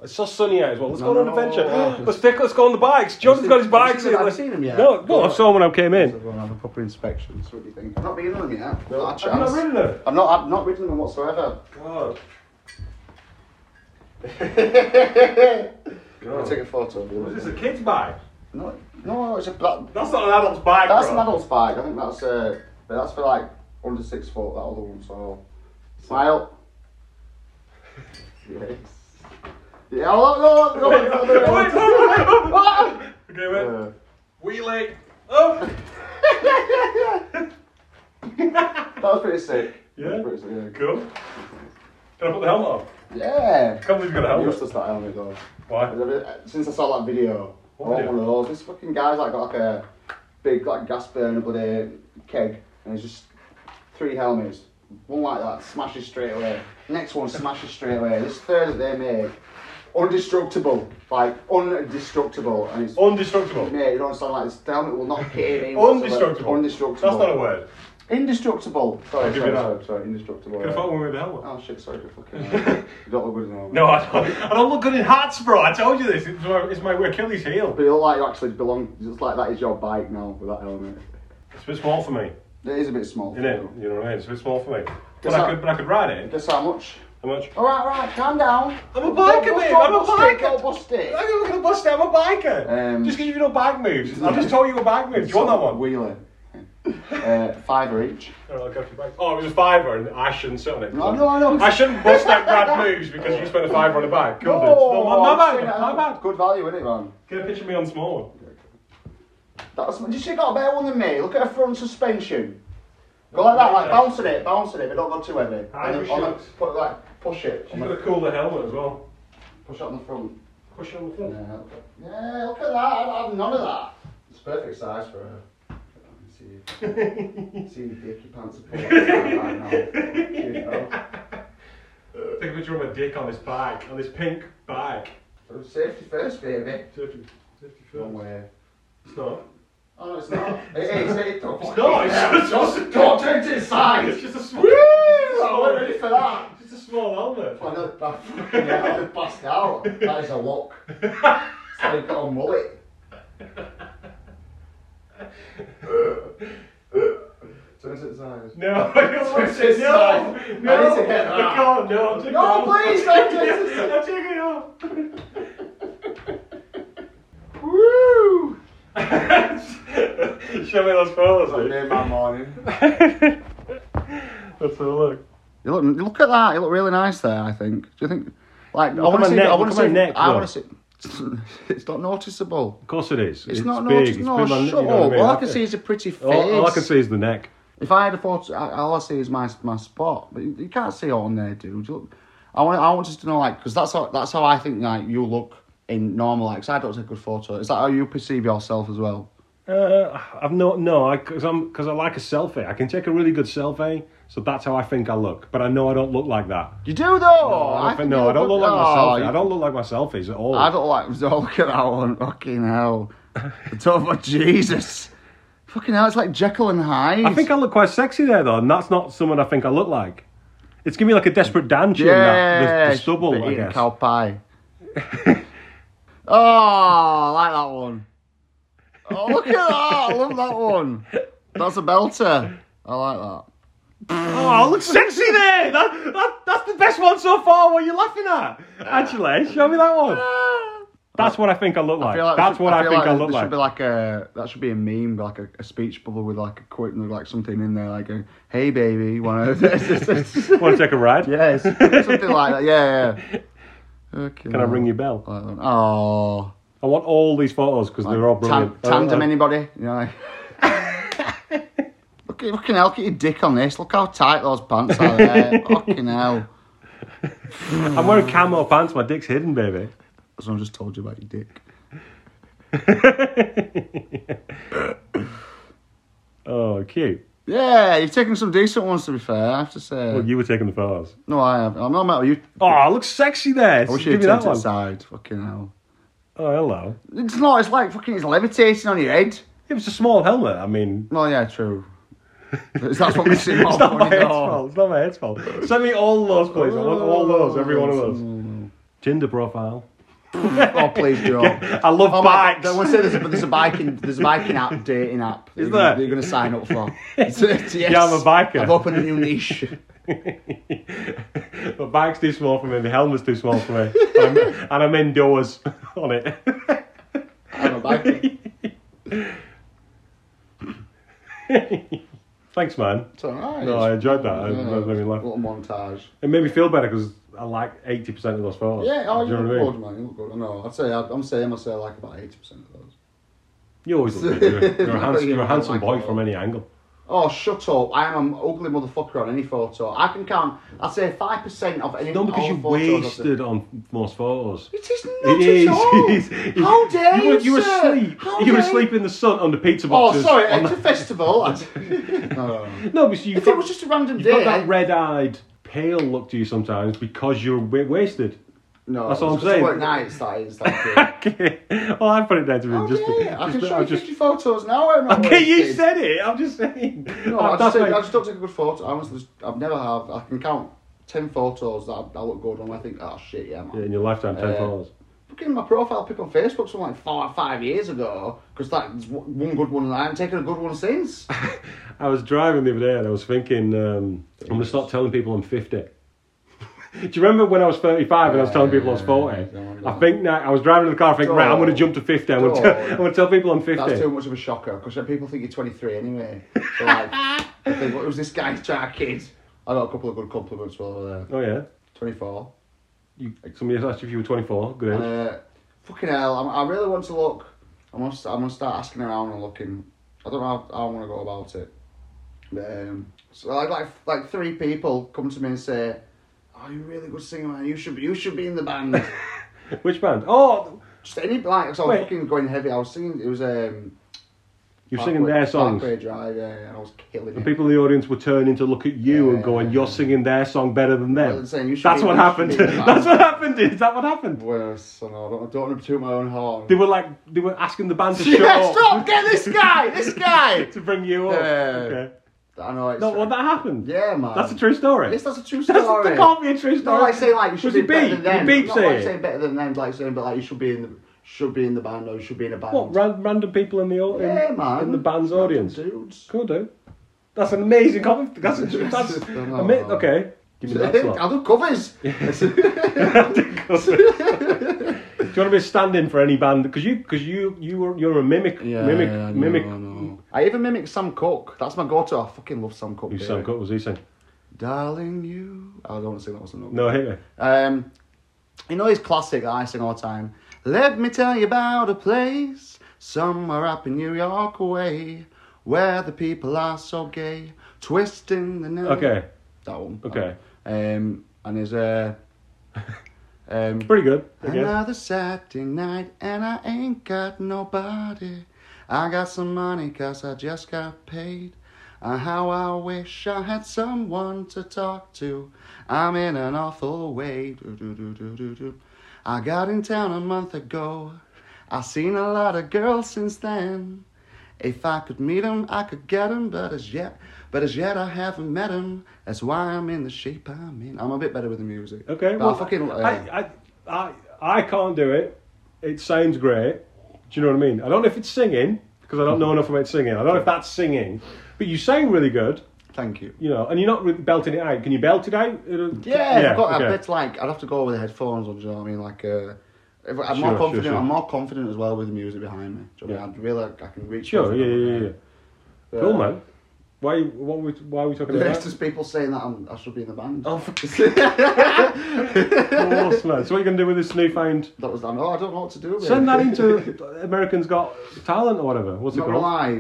B: It's so sunny out as well. Let's
A: No,
B: go on an
A: no,
B: adventure.
A: no, no.
B: let's take. Let's go on the bikes. Jonathan's got his bikes
A: Have
B: here.
A: you
B: Let's-
A: seen him yet?
B: No, no, I saw him when I came
A: So
B: in.
A: we're gonna have a proper inspection. So what do you think? I've not been on them yet. I've not had a
B: I've not
A: chance.
B: ridden it.
A: I've not. I've not ridden them whatsoever.
B: God.
A: I'll take a photo. of you.
B: Was this a kid's bike?
A: No, no, it's a that,
B: That's not an adult's bike,
A: that's an
B: bro.
A: adult's bike. I think that's uh, but that's for like under six foot. That other one, so smile. yes. Yeah, oh, no, no, no, no, no, no,
B: Wait,
A: no.
B: no, no.
A: Ah!
B: okay, wait.
A: Uh,
B: Wheelie. Oh.
A: That was pretty sick. That
B: Yeah?
A: was pretty sick,
B: Cool. Can I put the helmet on?
A: yeah.
B: I can't believe you got a
A: yeah.
B: helmet.
A: Useless that helmet though.
B: Why?
A: uh, Since I saw that video, I
B: What
A: want
B: video?
A: one of those. This fucking guy's like got like a big like gas burner bloody keg, and it's just three helmets. One like that smashes straight away. Next one smashes straight away. This third that they make, undestructible, like undestructible, and it's.
B: Undestructible.
A: Mate, you don't sound like this. The helmet will not cave in. whatsoever.
B: Undestructible.
A: Undestructible.
B: That's not a word.
A: Indestructible.
B: I'll
A: Sorry,
B: give
A: sorry,
B: you that.
A: sorry, sorry, indestructible.
B: Could have
A: yeah.
B: fought one with a helmet.
A: Oh shit, sorry, you're fucking. you don't look good in the helmet.
B: No, I don't. I don't look good in hats, bro. I told you this. It's my, it's my Achilles heel.
A: But you look like you actually belong. It's like that is your bike now with that helmet.
B: It's a bit small for me,
A: It is a bit small.
B: isn't it? You know what I mean? It's a bit small for me. But
A: Guess
B: I
A: how-
B: could, but I could ride it.
A: Guess how much?
B: How much?
A: All right, all right, calm down.
B: I'm a biker,
A: Don't-
B: mate.
A: don't
B: I'm a
A: bust it,
B: biker.
A: Don't bust it.
B: I'm going to bust down my biker.
A: Um,
B: just because you know bike moves. I just told you a bike move. Do you want that one?
A: Wheeler. Uh, fiver each.
B: Oh, I'll go for your bike. Oh, it was a fiver and I shouldn't sit on it.
A: No, no, no.
B: I shouldn't bust out Brad moves because you spent a fiver on a bike. Couldn't
A: No,
B: no, my, my
A: shit,
B: bad, my bad.
A: Good value, isn't it, man?
B: Get a picture of me on smaller.
A: That's. Did she got a better one than me? Look at her front suspension. Go like that, like bouncing it, bouncing it, but don't go too heavy.
B: High
A: And
B: push
A: on the,
B: ups.
A: put like push it,
B: She's got a cooler helmet as well.
A: push it on the front.
B: Push it on the
A: Yeah,
B: floor.
A: look at- yeah, look at that. I'd have none of that. It's perfect size for her. See, see your dicky pants are pulling out right now. You know.
B: Take a picture of my dick on this bike, on this pink bike.
A: So Safety first, baby.
B: Safety, safety first.
A: One way.
B: It's not.
A: Oh, no, it's not. It is. It, don't
B: It's not. It's just, it's just,
A: don't turn to the side.
B: it's
A: Woo!
B: just a small.
A: I wasn't ready for that.
B: It's just a small helmet.
A: I know that fucking hell, I just passed out. That is a lock. It's like you've got a mullet. Turn to the side.
B: No, I don't want to
A: It's
B: say no.
A: like-
B: No,
A: I need to get
B: I
A: that.
B: can't. No, I'm taking it
A: Ah. No,
B: off.
A: please,
B: I'm
A: don't
B: taking
A: do
B: it
A: this.
B: I'm taking it off.
A: Woo!
B: Show me those photos, dude.
A: my morning.
B: Let's have a look.
A: You look, you look at that. You look really nice there. I think. Do you think? Like, I
B: at
A: want
B: my
A: to see.
B: neck,
A: I want
B: look
A: to
B: at my
A: see.
B: neck,
A: I
B: though.
A: want to see. It's not noticeable.
B: Of course it is.
A: It's, not noticeable. No, shut up. All I can see is a pretty face.
B: is the neck.
A: If I had a photo, I- all I see is my my spot. But you you can't see it on there, dude. You look, I want I want us to know, like, because that's how that's how I think like you look in normal. Like, 'cause I don't take good photo. Is that how you perceive yourself as well?
B: Uh, I've no, no, I because I'm because I like a selfie. I can take a really good selfie, so that's how I think I look. But I know I don't look like that.
A: You do though.
B: I don't,
A: think
B: think, no,
A: you
B: I don't look like
A: oh,
B: my selfie.
A: you-
B: I don't look like my selfies at all.
A: I don't like. Oh, look at that one. Fucking hell. Talk about Jesus. Fucking hell, it's like Jekyll and Hyde.
B: I think I look quite sexy there though, and that's not someone I think I look like. It's giving me like a desperate Dan chin, that, the, the stubble,
A: bit
B: I
A: eating
B: guess.
A: cow pie. oh, I like that one. Oh, look at that. I love that one. That's a belter. I like that.
B: Oh, I look sexy there. That, that, that's the best one so far. What are you laughing at? Actually, show me that one. That's what I think I look like.
A: feel like
B: that's
A: should-
B: what I,
A: feel
B: think I
A: there-
B: look
A: there
B: like.
A: Should be like a that should be a meme, like a, a speech bubble with like a quote and like something in there, like a "Hey baby, wanna?"
B: Want to take a ride?
A: Yes, something like that. Yeah, yeah.
B: Can I ring your bell?
A: Oh,
B: I want all these photos because they're all brilliant.
A: tandem
B: Uh, uh,
A: anybody? You know. Like. Look at fucking hell! Look at your dick on this. Look how tight those pants are. There. fucking hell!
B: uh, I'm wearing camo pants. My dick's hidden, baby.
A: Someone just told you about your dick.
B: oh, cute.
A: Yeah, you've taken some decent ones to be fair. I have to say.
B: Well, you were taking the photos.
A: no, I have. I'm not mad at you.
B: Oh, I look sexy there.
A: I wish
B: Give
A: you'd
B: me that
A: turned it
B: one.
A: aside. Fucking hell.
B: Oh, hello.
A: It's not. It's like fucking. It's levitating on your head.
B: It was a small helmet. I mean,
A: Well, yeah, true. But That's what makes it more
B: it's not my
A: funny.
B: head's
A: though.
B: fault. It's not my head's fault. Send me all those, please. I want all those, every one of those. Tinder profile.
A: Oh, please don't.
B: I love
A: Oh my
B: bikes.
A: God, let's say there's a, there's a biking there's a biking app dating app. that
B: Is
A: you're gonna-
B: there?
A: that You're going to sign up for? yes.
B: Yeah, I'm a biker.
A: I've opened a new niche.
B: My bag's too small for me. My helmet's too small for me, I'm, and I'm indoors on it.
A: I'm a biker.
B: Thanks, man.
A: It's alright.
B: No, I enjoyed that. It
A: Yeah,
B: made me laugh.
A: Little montage.
B: It made me feel better because I like eighty percent of those photos.
A: Yeah, oh,
B: Do
A: you
B: you know what I mean?
A: look good, man. You look good. No, I'd say I'd, I'm saying I say I like about eighty percent of those.
B: You always look good. You're, a- you're a
A: I
B: handsome,
A: don't
B: you're a handsome
A: like
B: boy
A: it.
B: from any angle.
A: Oh, shut up! I am an ugly motherfucker on any photo. I can count. I'd say five percent of any.
B: No, because
A: all
B: you
A: photos of the-
B: wasted on most photos.
A: It is
B: It
A: not
B: is.
A: at all.
B: it is. It-
A: How dare you?
B: were, you were
A: sir?
B: asleep.
A: How
B: you were
A: dare
B: asleep in the sun on the pizza
A: Oh,
B: boxes.
A: sorry,
B: on
A: it's a
B: the-
A: festival. I- no, no, no.
B: no, but you
A: If
B: got,
A: it was just a random
B: you've got
A: day,
B: that red-eyed, pale look to you sometimes because you're wa- wasted.
A: no,
B: that's what I'm
A: it's just
B: saying.
A: Work nights, that is. Like, yeah.
B: well, I put it down to me.
A: oh,
B: just,
A: yeah,
B: just,
A: I can show
B: I
A: you
B: just-
A: 50 photos now. I'm not
B: Okay, you
A: wasted.
B: said it. I'm just saying.
A: No,
B: Uh,
A: I, just
B: my-
A: think, I just don't take a good photo. I honestly, just, I've never have. I can count 10 photos that I, I look good on. and I think, oh shit, yeah, man.
B: Yeah, in your lifetime, ten
A: Uh,
B: photos.
A: Fucking my profile pic on Facebook from like four or five years ago, because that's one good one, and I haven't taken a good one since.
B: I was driving the other day and I was thinking, um, I'm going to stop telling people I'm 50. Do you remember when I was 35 and I was telling people I was 40?
A: Yeah,
B: I think now I was driving in the car thinking, right, I'm going to jump to 50. I'm going to
A: Don't.
B: tell, I'm gonna tell people I'm 50.
A: That's too much of a shocker because people think you're 23 anyway. So like, they think, what was this guy's trying kid? I got a couple of good compliments while I was there.
B: Oh, yeah.
A: 24.
B: You, somebody asked if you were 24. Good age.
A: Uh, fucking hell, I'm, I really want to look. I must. I'm gonna start asking around and looking. I don't know how, how I'm gonna go about it. But, um, so like, like like three people come to me and say, "Oh, you're a really good singer, man. You should be. You should be in the band."
B: Which band? Oh,
A: Just any like, so I was
B: Wait.
A: fucking going heavy. I was singing. It was um.
B: you're singing their songs.
A: Parkway Drive, yeah, and I was killing
B: The
A: it.
B: people in the audience were turning to look at you and
A: Yeah.
B: going, "You're singing their song better than
A: Well,
B: them."
A: I'm saying you should
B: That's
A: be-
B: what
A: you
B: happened.
A: should be in the
B: That's
A: band.
B: what happened. Is that what happened?
A: Worse, I know. I don't, I don't want to toot my own horn.
B: They were like, they were asking the band to
A: yeah,
B: shut up
A: stop! Get this guy! This guy!
B: to bring you up.
A: Yeah.
B: Okay.
A: I know it's.
B: No, well, that happened.
A: Yeah, man.
B: That's a true story.
A: Yes, that's a true
B: That's-
A: story.
B: That can't be a true story.
A: No, like saying like you should
B: Was
A: be
B: it
A: better
B: Beep?
A: than them.
B: Did Beep
A: Not
B: say
A: like
B: it?
A: saying better than them, like saying but like you should be in the should be in the band or you should be in a band.
B: What ran, random people in the au- in,
A: yeah, man.
B: in the band's audience?
A: dudes.
B: Could do. That's an amazing comment. That's, a, that's
A: I don't know.
B: ama- okay. Give me that slot.
A: I'll do covers.
B: Do you want to be a stand-in for any band? Because you, because you, you were, you're a mimic, mimic, mimic.
A: I even mimic Sam Cooke. That's my go-to. I fucking love Sam Cooke.
B: You
A: baby.
B: sound good. What was he saying?
A: Darling, you. I don't want to sing that. Was
B: No, hit me.
A: Um, you know his classic that I sing all the time. Let me tell you about a place somewhere up in New York way where the people are so gay, twisting the neck.
B: Okay,
A: That one.
B: Okay.
A: Um, and his uh, um,
B: pretty good. I guess.
A: another Saturday night and I ain't got nobody. I got some money 'cause I just got paid. Uh, how I wish I had someone to talk to. I'm in an awful way. Do, do, do, do, do, do. I got in town a month ago. I seen a lot of girls since then. If I could meet him, I could get him, but as yet, but as yet I haven't met him. That's why I'm in the shape I'm in. I'm a bit better with the music.
B: Okay.
A: But I fucking. uh,
B: I, I, I, I can't do it. It sounds great. Do you know what I mean? I don't know if it's singing because I don't know enough about singing. I don't know if that's singing, but you sound really good.
A: thank you.
B: You know, and you're not really belting it out. Can you belt it out? It'll-
A: Yeah, I've got
B: okay.
A: a bit like I'd have to go with the headphones on. Do you know what I mean? Like, uh, if, I'm
B: Sure, sure,
A: more confident.
B: sure.
A: I'm more confident as well with the music behind me. Do you know what I mean? I really I can reach.
B: Sure.
A: those
B: Yeah, yeah, yeah.
A: numbers.
B: yeah. Cool,
A: Uh,
B: man. Why? What were we, why are we talking
A: There's
B: about?
A: just people saying that I'm, I should be in the band.
B: Oh, for Of course, man. So what are you gonna do with this newfound?
A: That was that. Oh, I don't know what to do. With
B: Send
A: it.
B: that into Americans Got Talent or whatever. What's it
A: Not gonna
B: called?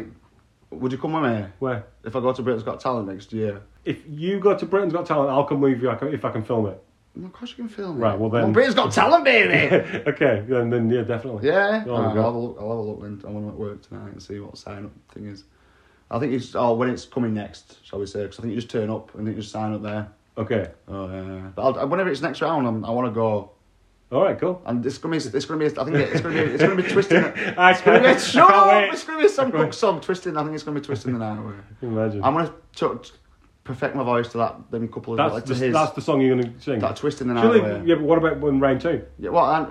A: lie. Would you come with me
B: Where?
A: if I go to Britain's Got Talent next year?
B: If you go to Britain's Got Talent, I'll come with you I can- if I can film it.
A: No, of course you can film it.
B: Right, well then-
A: Come on, Britain's Got Talent, baby.
B: okay, then, then yeah, definitely.
A: yeah.
B: Oh,
A: Alright,
B: God.
A: I'll have a look. I'll have a look when I'm at work tonight and see what sign up thing is. I think it's oh when it's coming next, shall we say? Because I think you just turn up and then you just sign up there.
B: Okay.
A: Oh yeah. But I'll, whenever it's next round, I'm, I want to go.
B: All right, cool.
A: And it's gonna be, it's gonna be, I think it's gonna be, it's gonna be twisting. The,
B: I
A: it's gonna be,
B: can't-
A: shut
B: I can't
A: up!
B: wait.
A: It's gonna be some
B: I can't
A: cook song twisting. I think it's gonna be twisting the night away.
B: Imagine.
A: I'm gonna t- perfect my voice to that. Them couple of
B: that's,
A: like, to
B: the,
A: his
B: that's the song you're going to sing.
A: that twisting the night
B: Surely,
A: away.
B: yeah, but what about when round two?
A: Yeah, well, and,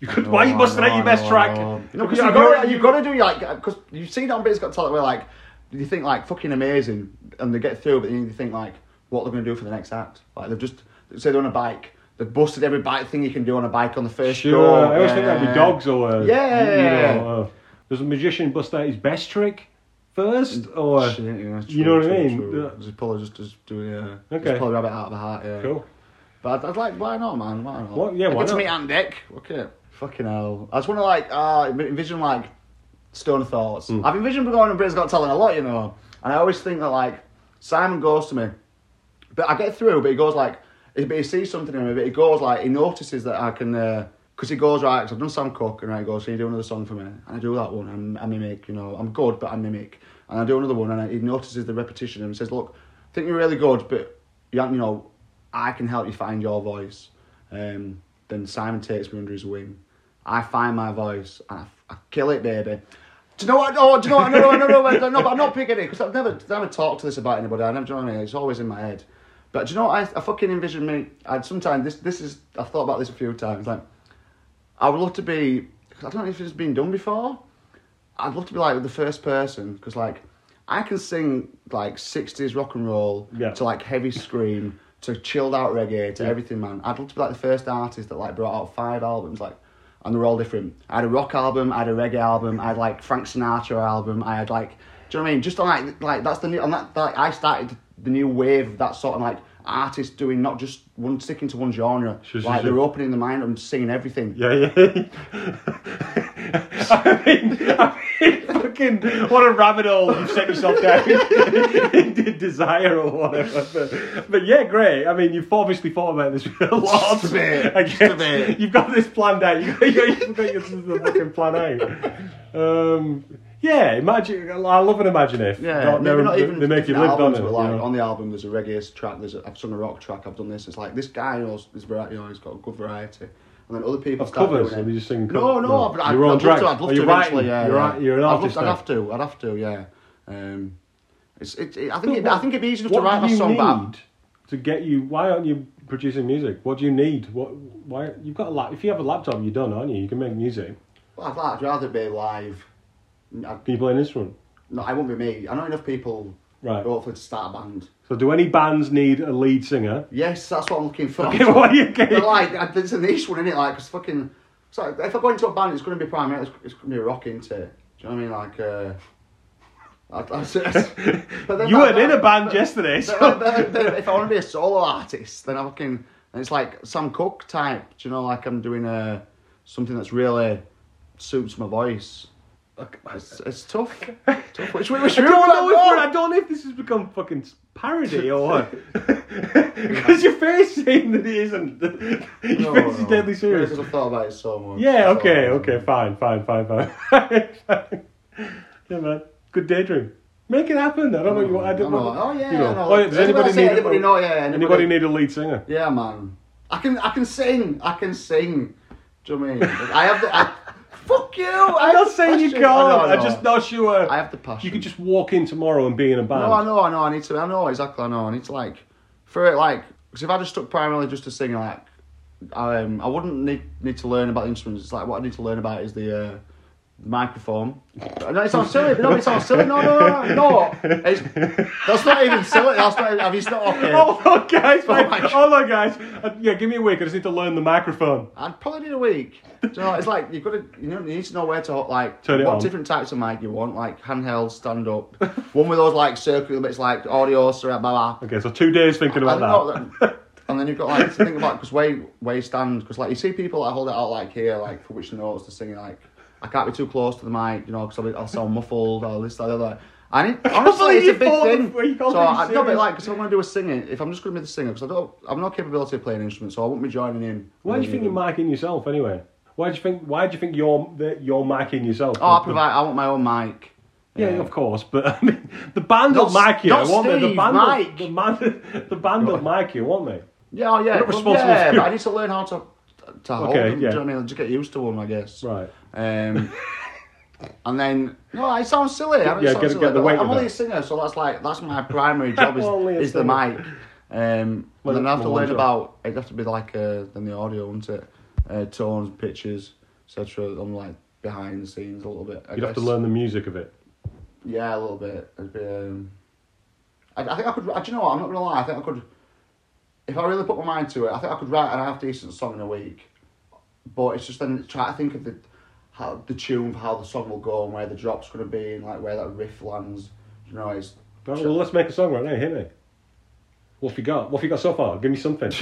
B: You could, why are you busting out your best track?
A: No, because
B: You-
A: you've
B: I've
A: got
B: already-
A: to, you've got to do like because you've seen it on Bits Got Talent where like you think like fucking amazing and they get through, but then you think like what they're going to do for the next act. Like they've just say they're on a bike, they've busted every bike thing you can do on a bike on the first
B: Sure.
A: go.
B: I always think
A: Yeah.
B: that'd be dogs or. uh,
A: Yeah.
B: you know, uh, does a magician bust out his best trick first? Or.
A: Shit, yeah, true,
B: you know what I
A: true,
B: mean?
A: true.
B: Yeah.
A: Just pull, just, just do it. Yeah.
B: Okay.
A: Just pull a rabbit out of the hat. Yeah.
B: Cool.
A: But I'd, I'd like, why not, man? Why not?
B: What- yeah,
A: I
B: why
A: get to
B: not?
A: meet Aunt Dick. Okay. Fucking hell. I just want to like uh, envision like Stone Thoughts.
B: Hmm.
A: I've envisioned going on Britain's Got Talent a lot, you know, and I always think that like Simon goes to me, but I get through, but he goes like, he- but he sees something in me, but he goes like, he notices that I can. uh 'cause because he goes right, 'cause I've done Sam Cook, and right, he goes, can you do another song for me? And I do that one, and I mimic, you know, I'm good, but I mimic, and I do another one, and I, he notices the repetition, and he says, look, I think you're really good, but you, haven't- you know, I can help you find your voice. Um, then Simon takes me under his wing. I find my voice and I, I kill it, baby. Do you know what? Oh, do you know what? No, no, no, no, no, no, but I'm not picking it because I've never, never talked to this about anybody. I never, do you know what I mean? It's always in my head. But do you know what? I, I fucking envision me. I sometimes this, this is. I've thought about this a few times. Like, I would love to be. I don't know if it's been done before. I'd love to be like the first person because like I can sing like sixties rock and roll
B: Yeah.
A: to like heavy scream to chilled out reggae to everything, man. I'd love to be like the first artist that like brought out five albums, like, and they're all different. I had a rock album, I had a reggae album, I had like Frank Sinatra album, I had like, do you know what I mean? Just like like that's the new and that like I started the new wave of that sort of like artists doing not just one sticking to one genre,
B: Sure, sure,
A: like
B: sure.
A: they're opening the mind and singing everything.
B: Yeah, yeah. I mean, I mean, fucking, what a rabbit hole you've set yourself down into desire or whatever. But, but yeah, great. I mean, you've obviously thought about this a lot.
A: Just a bit,
B: I
A: just
B: guess.
A: a bit.
B: You've got this planned out. You've got, you've got your the fucking plan out. Um, yeah, imagine. I love an imaginative.
A: Yeah,
B: God,
A: maybe
B: they're-
A: not even.
B: They make you
A: the
B: live on
A: albums,
B: it.
A: but
B: you
A: like
B: know.
A: on the album, there's a reggae track. There's a, I've sung a rock track. I've done this. It's like this guy knows his variety. You know, he's got a good variety. And then other people
B: Of
A: start
B: covers,
A: doing it.
B: or you just sing
A: no,
B: cover-
A: no.
B: no.
A: I'd, I'd,
B: Your own
A: I'd
B: tracks.
A: love to. I'd love
B: Are you
A: to eventually.
B: writing?
A: Yeah,
B: You're
A: yeah.
B: a- you're an artist
A: I'd,
B: now.
A: love, I'd have to. I'd have to. Yeah. Um, it's, it, it, I think.
B: But
A: It, I
B: what-
A: think it'd be easy enough
B: what
A: to write
B: do
A: my
B: you
A: song, but I'm-
B: need to get you. Why aren't you producing music? What do you need? What? Why? You've got a lap. If you have a laptop, you're done, aren't you? You can make music.
A: well, I'd like- I'd rather be live. I,
B: Can you play an instrument?
A: no, I wouldn't be me. I know enough people.
B: Right.
A: Hopefully to start a band.
B: So, do any bands need a lead singer?
A: Yes, that's what I'm looking for.
B: Okay, what are you getting?
A: But like, I- there's a niche one in it. Like, it's fucking. It's like, if I go into a band, it's going to be primarily it's, it's going to be rock into it. Do you know what I mean? Like, uh, I, that's it. But then
B: you
A: that-
B: weren't in a
A: that-
B: band yesterday, so
A: but- but- but if I want to be a solo artist, then I fucking. And it's like Sam Cook type. Do you know? Like, I'm doing uh, something that's really suits my voice. It's, it's tough. tough. Which way which
B: I
A: route
B: don't
A: would I
B: know if
A: go?
B: we're- I don't know if this has become fucking parody or what. Because your face saying that it isn't. Your
A: No,
B: face is
A: no.
B: deadly serious.
A: Because I've thought about it so much.
B: Yeah,
A: That's all
B: okay,
A: it is.
B: okay, fine, fine, fine, fine. yeah, man. Good daydream. Make it happen. I don't know. You, I don't
A: I know.
B: know.
A: Oh, yeah,
B: You know.
A: I know.
B: Oh, yeah, does
A: That's what
B: anybody
A: I say,
B: need?
A: anybody know, yeah, anybody-
B: anybody need a lead singer?
A: Yeah, man. I can I can sing. I can sing. Do you know what I mean? Like, I have the. I, fuck you!
B: I'm not saying you can't.
A: I
B: I'm
A: know,
B: just not sure.
A: I have the passion.
B: You could just walk in tomorrow and be in a band.
A: No, I know, I know. I need to. I know exactly. I know. I need to like for it like because if I just stuck primarily just to singing, like um, I wouldn't need need to learn about the instruments. It's like what I need to learn about is the. Uh, Microphone. No, it sounds silly. No, it sounds silly. No, no, no, no. It's, that's not even silly. That's not. Have you not?
B: Hold
A: Okay.
B: on, guys.
A: Oh,
B: mate.
A: my God.
B: Hold on, guys. Uh, yeah, give me a week. I just need to learn the microphone.
A: I'd probably need a week. Do you know, it's like you've got to, you know, you need to know where to like
B: Turn it
A: what
B: on.
A: different types of mic you want, like handheld, stand up, one with those like circular bits, like audio, surround, blah blah.
B: Okay, so two days thinking
A: I don't
B: about that.
A: know, that- and then you've got like to think about because way way stand because like you see people like hold it out like here like for which notes they're singing like I can't be too close to the mic, you know, because I'll, be- I'll sound muffled or this that the other. I need, honestly,
B: believe
A: it's a
B: you thought
A: big
B: of- you can't
A: thing. So
B: be
A: I, no, but
B: serious.
A: like, because I'm going to do a singing. If I'm just going to be the singer, because I don't, I'm not capability of playing an instrument, so I won't be joining in.
B: Why do you think you're marking yourself anyway? Why do you think? Why do you think you're that you're marking yourself?
A: Oh, I provide. I want my own mic.
B: Yeah, of course, but I mean, the band will
A: Not-
B: mic you,
A: not
B: won't they? The
A: Steve,
B: band,
A: Mike.
B: Will, the, man, the band will mic you, won't they?
A: Yeah, oh, yeah.
B: not
A: well,
B: responsible
A: yeah,
B: for
A: but
B: it.
A: I need to learn how to. to hold
B: Okay,
A: them.
B: yeah.
A: Do you know what I mean? Just get used to them, I guess.
B: Right.
A: Um, and then no, it sounds silly. I don't
B: Yeah,
A: sound
B: get-
A: silly,
B: get the
A: but
B: weight
A: I'm
B: of
A: only
B: it.
A: a singer, so that's like that's my primary job is,
B: Only a
A: is the
B: singer.
A: mic. Um,
B: Well,
A: and then I have
B: my
A: to
B: one
A: learn
B: job.
A: about it'd have to be like uh, then the audio, wouldn't it? Uh, tones, pitches, etc. I'm like behind the scenes a little bit. I
B: You'd have to
A: guess.
B: learn the music of it.
A: Yeah, a little bit. It'd be, um, I, I think I could. Do you know what? I'm not gonna lie. I think I could. If I really put my mind to it, I think I could write an half decent song in a week. But it's just then try to think of the how the tune, how the song will go, and where the drop's gonna be, and like where that riff lands. You know, it's
B: Right,
A: Sure.
B: well, let's make a song right now. Hit me. What have you got? What have you got so far? Give me something.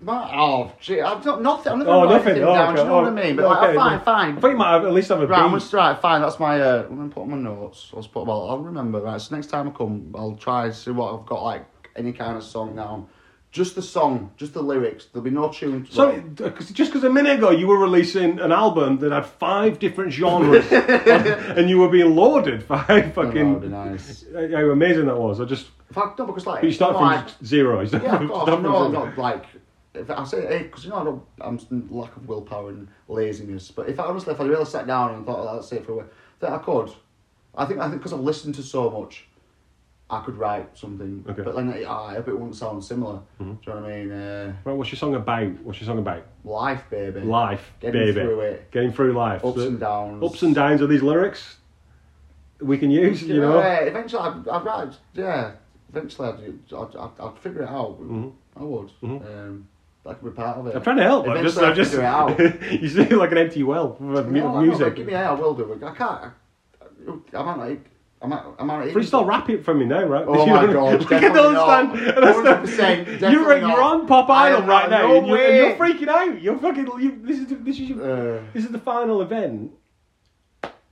A: Ma- oh, gee, I've not nothing. I'm never
B: Oh,
A: written
B: nothing.
A: anything
B: Oh,
A: down. Do
B: okay.
A: you know
B: Oh,
A: what I mean? But like,
B: okay.
A: oh, fine, fine.
B: I think you might have, at least have a
A: Right, I'm
B: beat.
A: gonna right, fine. That's my. Uh, I'm gonna put on my notes. I'll just put. Well, I'll remember. Right, so next time I come, I'll try and see what I've got. Like any kind of song down, just the song, just the lyrics. There'll be no tune. to
B: So,
A: it.
B: uh, 'cause- just because a minute ago you were releasing an album that had five different genres, and you were being lauded five
A: I don't know, it'd
B: fucking.
A: be nice.
B: Uh, How amazing that was! I just
A: In fact, no, because like
B: you start
A: no,
B: from
A: I-
B: zero. You start
A: yeah, of
B: from-
A: course.
B: start from
A: No, I'm
B: zero.
A: not like. If I say, hey, because you know, I don't, I'm s- lack of willpower and laziness. But if I honestly, if I really sat down and thought, oh, that's it for a week, that I could. I think, I think, because I've listened to so much, I could write something.
B: Okay. Mm-hmm.
A: But then, I hope it wouldn't sound similar. Do you know what I mean? Uh,
B: Right, what's your song about? What's your song about?
A: life, baby.
B: Life,
A: Getting
B: baby.
A: through it.
B: Getting through life.
A: Ups
B: So-
A: and downs.
B: Ups and downs of these lyrics. We can use, you know.
A: Yeah, eventually, I'd, I'd, write- yeah, eventually I'd, I'd, I'd, I'd figure it out. I would. Um, that could be part of it.
B: Mm-hmm. I'm trying to help. I'm just,
A: Eventually
B: I'm just.
A: I'd figure it out.
B: you seem like an empty well of mu-
A: No, I know,
B: music.
A: but give me air, I will do it. I can't. I might not. I might, I might not even-
B: Freestyle rap it for me now, right?
A: Oh
B: You
A: my
B: know,
A: God,
B: we can
A: definitely
B: understand-
A: not.
B: and that's the-
A: 100%
B: You're,
A: definitely
B: you're
A: not.
B: on Pop
A: I
B: Island
A: am
B: right
A: not.
B: now,
A: No
B: and, you're, and you're
A: way.
B: freaking out. You're fucking. You, this is this is your,
A: Uh,
B: this is the final event,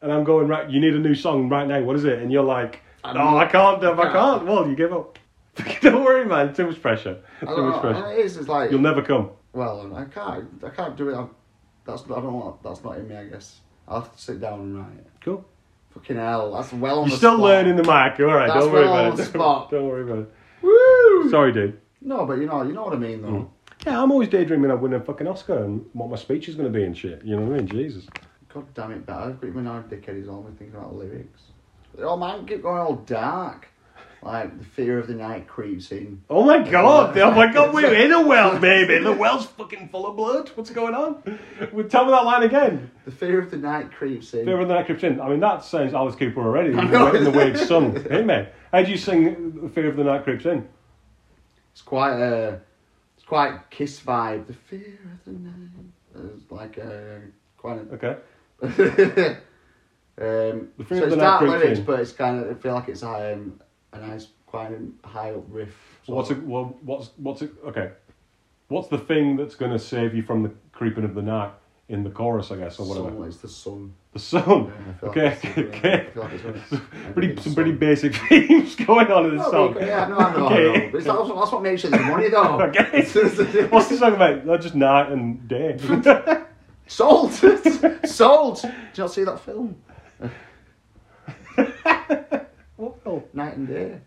B: and I'm going right. You need a new song right now. What is it? And you're like,
A: I
B: no, I can't. Dev, I
A: Yeah.
B: can't. Well, you give up. don't worry, man. Too much pressure. Too
A: I don't
B: much
A: know.
B: pressure.
A: It is. It's like.
B: You'll never come.
A: well, I can't. I can't do it. I'm, that's. I don't want. That's not in me. I guess. I'll have to sit down and write it.
B: Cool.
A: Fucking hell. That's well. On
B: You're
A: the
B: still
A: spot.
B: learning the mic. All right,
A: That's
B: don't worry
A: well
B: about
A: on
B: it.
A: the
B: Don't-
A: spot.
B: Don't worry about it.
A: Woo.
B: Sorry, dude.
A: No, but you know, you know what I mean, though.
B: Hmm. Yeah, I'm always daydreaming of winning a fucking Oscar and what my speech is going to be and shit. You know what I mean? Jesus.
A: God damn it, better. But even our dickhead is only thinking about lyrics. Oh man, keep going all dark. Like the fear of the night creeps in.
B: Oh my god! Oh my god! We're in a well, baby. The well's fucking full of blood. What's going on? Well, tell me that line again.
A: The fear of the night creeps in.
B: Fear of the Night Creeps in. I mean, that sounds Alice Cooper already. In the way it's sung. Hey man, how do you sing Fear of the Night Creeps in?
A: It's quite a, it's quite kiss vibe. The fear of the night. It's like a quite. A,
B: Okay.
A: um,
B: The Fear of
A: so
B: the Night
A: it's dark
B: creeps
A: lyrics,
B: in.
A: but it's kind of. I feel like it's um, a nice, quite a high up riff.
B: What's
A: sort
B: it? Well, what's what's it? Okay. What's the thing that's going to save you from the creeping of the night in the chorus? I guess or
A: of
B: whatever.
A: sun, It's the sun.
B: The sun.
A: Yeah, I feel
B: Okay.
A: like it's-
B: Okay.
A: I feel like it's really-
B: Pretty
A: it's
B: some
A: sun.
B: pretty basic themes going on in this
A: No,
B: song.
A: but- yeah, no, I know, I know.
B: Okay.
A: But it's, that's, that's what makes it the money, though.
B: Okay. What's the song about? Not just night and day.
A: Sold! Sold! Did you not see that film?
B: What film?
A: Night and Day.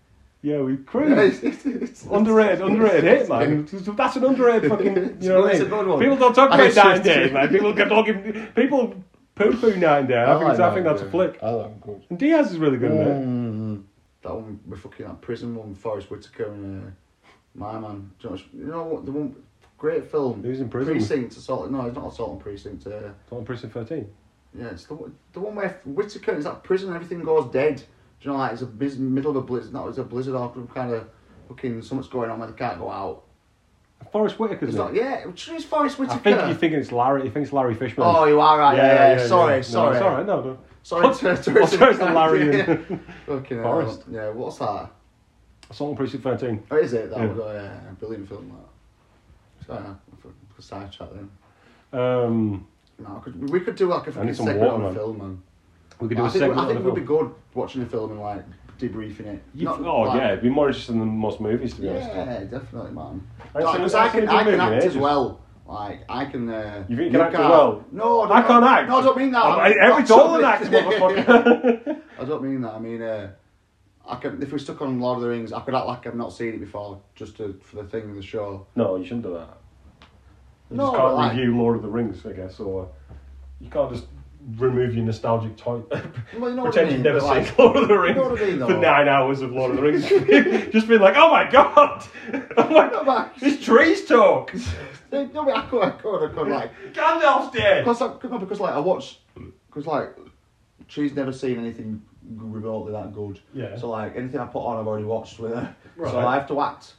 B: Yeah, we
A: Yeah,
B: cruise.
A: it's- it's- it's-
B: Hmm. Underrated, underrated hit, man. That's an underrated fucking. You know what I
A: It's a
B: mean?
A: good one.
B: People don't talk
A: I
B: about Night and
A: insist.
B: Day, man. People get talking. People poo poo Night and Day. I, think,
A: like
B: it's- I think
A: Night
B: that's a
A: and Day.
B: flick.
A: I like good.
B: And Diaz is really good in it.
A: Mm. That one with fucking that prison one, Forrest Whitaker and uh, my man. Do you know what- you know what? The one great film.
B: Who's in prison?
A: Precinct Assault. No, it's not Assault and Precinct. Uh,
B: It's on Prison 13.
A: yeah, it's the one- the one where Whitaker is at prison and everything goes dead. Do you know, like it's a biz- middle of a blizzard. No, it's a blizzard or some kind of fucking something's going on where they can't go out.
B: Forrest Whitaker's
A: It's
B: in
A: not.
B: it.
A: Yeah, which is Forrest
B: I
A: Whitaker.
B: think you think it's Larry. You think it's Larry Fishman.
A: Oh, you are right. Yeah, yeah, Sorry,
B: No,
A: sorry.
B: It's all right. No, no.
A: Sorry,
B: What?
A: to- to-
B: Oh, sorry, it's the Larry
A: Yeah.
B: and-
A: Fucking
B: Forrest.
A: Hell. Yeah, what's that?
B: Assault on Precinct 13.
A: Oh, is it? That
B: Yeah.
A: was oh, yeah, a brilliant film. That. Sorry, I f- sidetracked then.
B: Um,
A: No, I could, we could do like a fucking
B: need some
A: segment
B: water,
A: on a
B: man.
A: film, man.
B: we could do
A: I
B: a
A: think,
B: segment.
A: I think
B: on
A: it
B: the
A: would be
B: film.
A: good watching a film and like debriefing it.
B: You-
A: Not,
B: oh
A: like-
B: yeah, it'd be more interesting than most movies, to be honest.
A: Yeah, definitely, man.
B: Right, so
A: Because
B: that's
A: I can,
B: gonna be
A: I can
B: moving
A: act
B: it,
A: as
B: just-
A: well. Like I can. Uh,
B: You think you can act as
A: can't-
B: well?
A: No,
B: I
A: don't-
B: can't act.
A: No, I don't mean that.
B: I,
A: I'm
B: every
A: not
B: Dolan
A: somebody-
B: acts, motherfucker.
A: I don't mean that. I mean, uh, I can. If we stuck on Lord of the Rings, I could act like I've not seen it before, just to, for the thing of the show.
B: no, you shouldn't do that. You
A: No,
B: just can't
A: but, like-
B: review Lord of the Rings, I guess, or uh, you can't just remove your nostalgic toy.
A: Well, you know what I
B: Pretend you've
A: mean,
B: never
A: but,
B: seen
A: like,
B: Lord of the Rings
A: know what I mean,
B: for
A: though?
B: nine hours of Lord of the Rings. just being like, oh my god! Oh my
A: No,
B: god!
A: but-
B: This tree's talk!
A: No, but I could, I could, I could, like,
B: Gandalf's dead!
A: because, I, no, because, like, I watched, because, like, she's never seen anything g- remotely that good.
B: Yeah.
A: So, like, anything I put on, I've already watched with her. So
B: Right.
A: I have to act.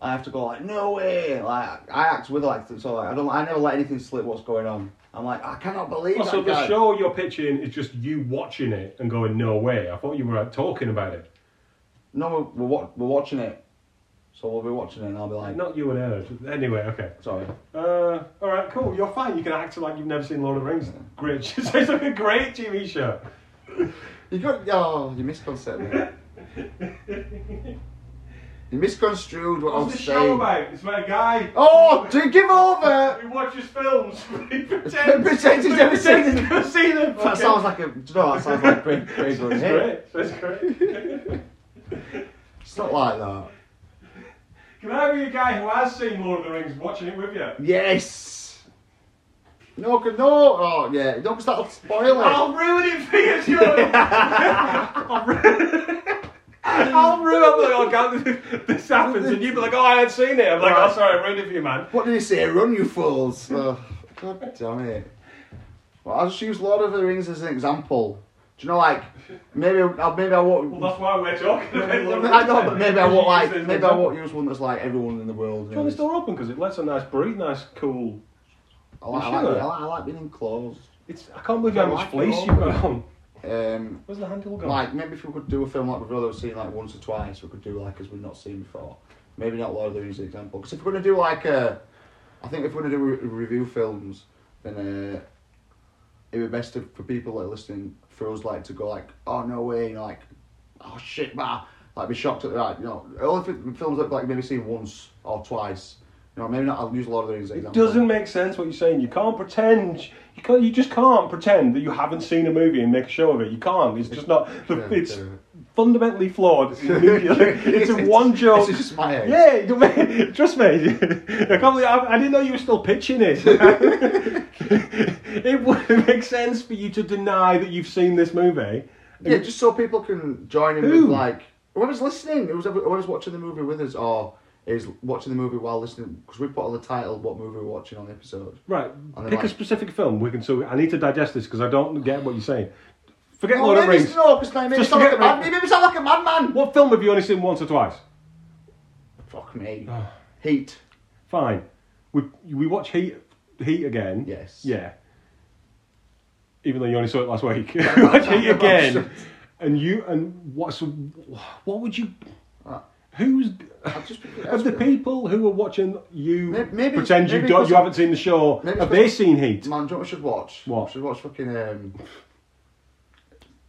A: I have to go like, no way! Like, I act with her, like, so like, I don't, I never let anything slip what's going on. I'm like, I cannot believe
B: Oh,
A: that
B: so the
A: guy."
B: show you're pitching is just you watching it and going, no way. I thought you were out talking about it.
A: No, we're, we're, wa- we're watching it. So we'll be watching it, and I'll be like,
B: Not you and her. Anyway, okay.
A: sorry.
B: Uh, all right, cool. You're fine. You can act like you've never seen Lord of the Rings. Great. Sounds like a great TV show.
A: You got oh, you misconcept me. you misconstrued what I
B: What's
A: was
B: the show
A: saying.
B: about? It's about a guy.
A: Oh, do give over.
B: Who watches films? He pretends.
A: Pretends he's never seen them.
B: never seen them.
A: That sounds like a. Do you know, that sounds like pretty, pretty good.
B: That's
A: hit.
B: great. That's great.
A: It's not like that.
B: Can I be a guy who has seen Lord of the Rings watching it with you?
A: Yes. No, 'cause- no. Oh, yeah. No, because that'll spoil
B: I'll
A: it.
B: ruin it for you, Joe. I'll ruin I'll ruin it. Like, oh, God, this happens, and you'd be like, "Oh, I had seen it." I'm like, "Oh, sorry, I ruined it for you, man."
A: What did he say? Run, you fools! Oh, God damn it. Well, I'll just use Lord of the Rings as an example. Do you know, like, maybe, I'll- maybe I won't.
B: Well, that's why we're talking about. Lord of the
A: I know, but
B: Rings.
A: maybe I
B: You
A: won't
B: use it
A: like.
B: as
A: Maybe
B: an
A: I won't use one that's like everyone in the world.
B: Well,
A: knows.
B: it's door open because it lets a nice breathe, nice cool.
A: I like, I,
B: Sure.
A: like, I, like, I like being enclosed.
B: It's I can't believe how
A: I
B: much
A: like it
B: fleece
A: all.
B: you've got on.
A: Um,
B: Where's the handle gone?
A: like maybe if we could do a film like we've already seen like once or twice, we could do like as we've not seen before. Maybe not Lord of the Rings as an example. Because if we're gonna do like a, I think if we're gonna do re- review films, then uh, it would be best if, for people that are listening for us like to go like, oh no way, you know, like, oh shit, man, like be shocked at that. You know, only if it- films that like maybe seen once or twice. You know, maybe not. I'll use Lord of the Rings as an
B: it
A: example.
B: doesn't make sense what you're saying. You can't pretend. You can't. You just can't pretend that you haven't seen a movie and make a show of it. You can't. It's just not.
A: Yeah,
B: It's
A: yeah.
B: fundamentally flawed. It's, immediately- it's a one joke.
A: It's just my head.
B: Yeah, you may- trust me. I can't believe I, I didn't know you were still pitching it. it wouldn't make sense for you to deny that you've seen this movie.
A: Yeah, just so people can join in
B: Who?
A: with like whoever's listening, whoever's, whoever's watching the movie with us, or is watching the movie while listening because we put on the title what movie we're watching on the episode.
B: Right,
A: And
B: pick
A: like-
B: a specific film. We can. So I need to digest this because I don't get what you're saying. Forget Lord
A: no,
B: of the
A: Oh, maybe it's-
B: Rings.
A: no, because maybe
B: Just
A: it's not like a
B: forget
A: mad, maybe it's not like a madman.
B: What film have you only seen once or twice?
A: Fuck me.
B: Oh.
A: Heat.
B: Fine. We we watch Heat Heat again.
A: Yes.
B: Yeah. Even though you only saw it last week, we watch Heat again, and you and what's what would you?
A: Right.
B: Who's
A: Ah. I've just
B: of the people who are watching you
A: May- maybe-
B: pretend you
A: maybe
B: don't
A: it's
B: you
A: a-
B: haven't seen the show?
A: maybe it's
B: Have
A: a-
B: they seen Heat?
A: Man, do you know what we should watch?
B: What?
A: We should watch fucking um,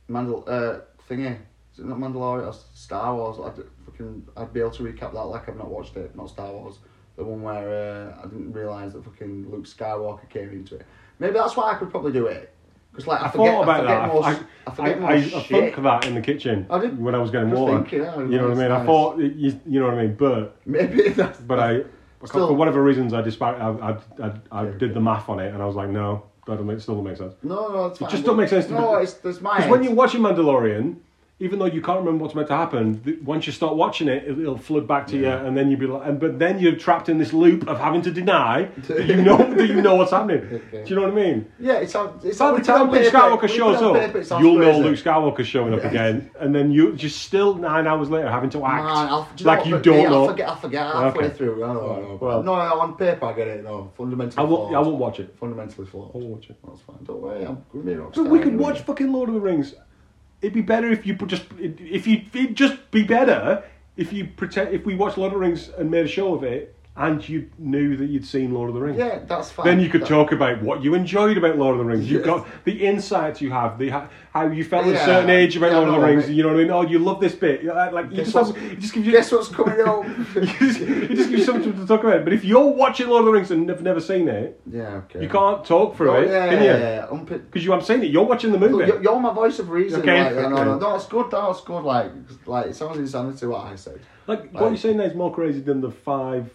A: Mandal uh thingy. Is it not Mandalorian or Star Wars? I'd fucking I'd be able to recap that like I've not watched it. Not Star Wars. The one where uh, I didn't realise that fucking Luke Skywalker came into it. Maybe that's why I could probably do it. Because like I,
B: I
A: forget,
B: thought about
A: I forget
B: that.
A: most.
B: I,
A: I, forget
B: I, I,
A: most
B: I
A: shit.
B: thunk that in the kitchen
A: I did.
B: when I was getting
A: I was
B: water.
A: thinking, yeah,
B: you know what I
A: that's
B: mean? I
A: nice.
B: thought you, you know what I mean, but
A: Maybe that's.
B: but I, I can't-
A: Still-
B: for whatever reasons I dispar- I, I, I, I
A: Yeah,
B: did
A: yeah.
B: the math on it and I was like, no, that don't make, still don't make sense.
A: No, no, it's fine.
B: just don't make sense to
A: No,
B: me.
A: it's there's my.
B: Because when
A: head.
B: you're watching Mandalorian, even though you can't remember what's meant to happen, th- once you start watching it, it- it'll flood back to you, and then you'll be like, and, but then you're trapped in this loop of having to deny that you know that you know what's happening.
A: Okay.
B: Do you know what I mean?
A: yeah, it's on. It's
B: By
A: on
B: the time Luke
A: paper-
B: Skywalker
A: when you put
B: shows
A: it on paper, it
B: up,
A: sounds
B: you'll know
A: crazy.
B: Luke Skywalker's showing up again, and then you just still nine hours later having to act
A: Man, I'll, do
B: like
A: what,
B: you
A: but
B: don't
A: me,
B: know.
A: I forget. I forget halfway
B: Okay.
A: through. I don't know.
B: Well-
A: no, no, on paper I get it. No,
B: I
A: fundamentally
B: won't.
A: flawed.
B: I won't watch it.
A: Fundamentally
B: I
A: flawed.
B: won't watch it.
A: That's fine. Don't worry. I'm gonna be a rock
B: But
A: star
B: we could
A: anyway.
B: watch fucking Lord of the Rings. It'd be better if you put just if you it'd just be better if you pretend if we watched Lord of the Rings and made a show of it and you knew that you'd seen Lord of the Rings.
A: Yeah, that's fine.
B: Then you could
A: That-
B: talk about what you enjoyed about Lord of the Rings. You've
A: Yes.
B: got the insights you have, the ho- how you felt at a
A: Yeah,
B: certain age about
A: yeah,
B: Lord of the
A: no,
B: Rings.
A: mate.
B: You know what I mean? Oh, you love this bit. You know, Like you
A: Guess
B: just, have,
A: what's-
B: it just gives you
A: Guess what's coming up?
B: it just, it just gives you something to talk about. But if you're watching Lord of the Rings and have never seen it,
A: yeah. Okay.
B: you can't talk through
A: Oh,
B: it,
A: yeah,
B: can
A: yeah,
B: you?
A: yeah. Unpick.
B: Because you haven't seen it. You're watching the movie.
A: You're, you're my voice of reason.
B: Okay,
A: Like, no, no, no,
B: okay.
A: no, it's good. No, it's good. Like, like it sounds insanity what I said.
B: Like
A: Like-
B: what you're saying there is more crazy than the five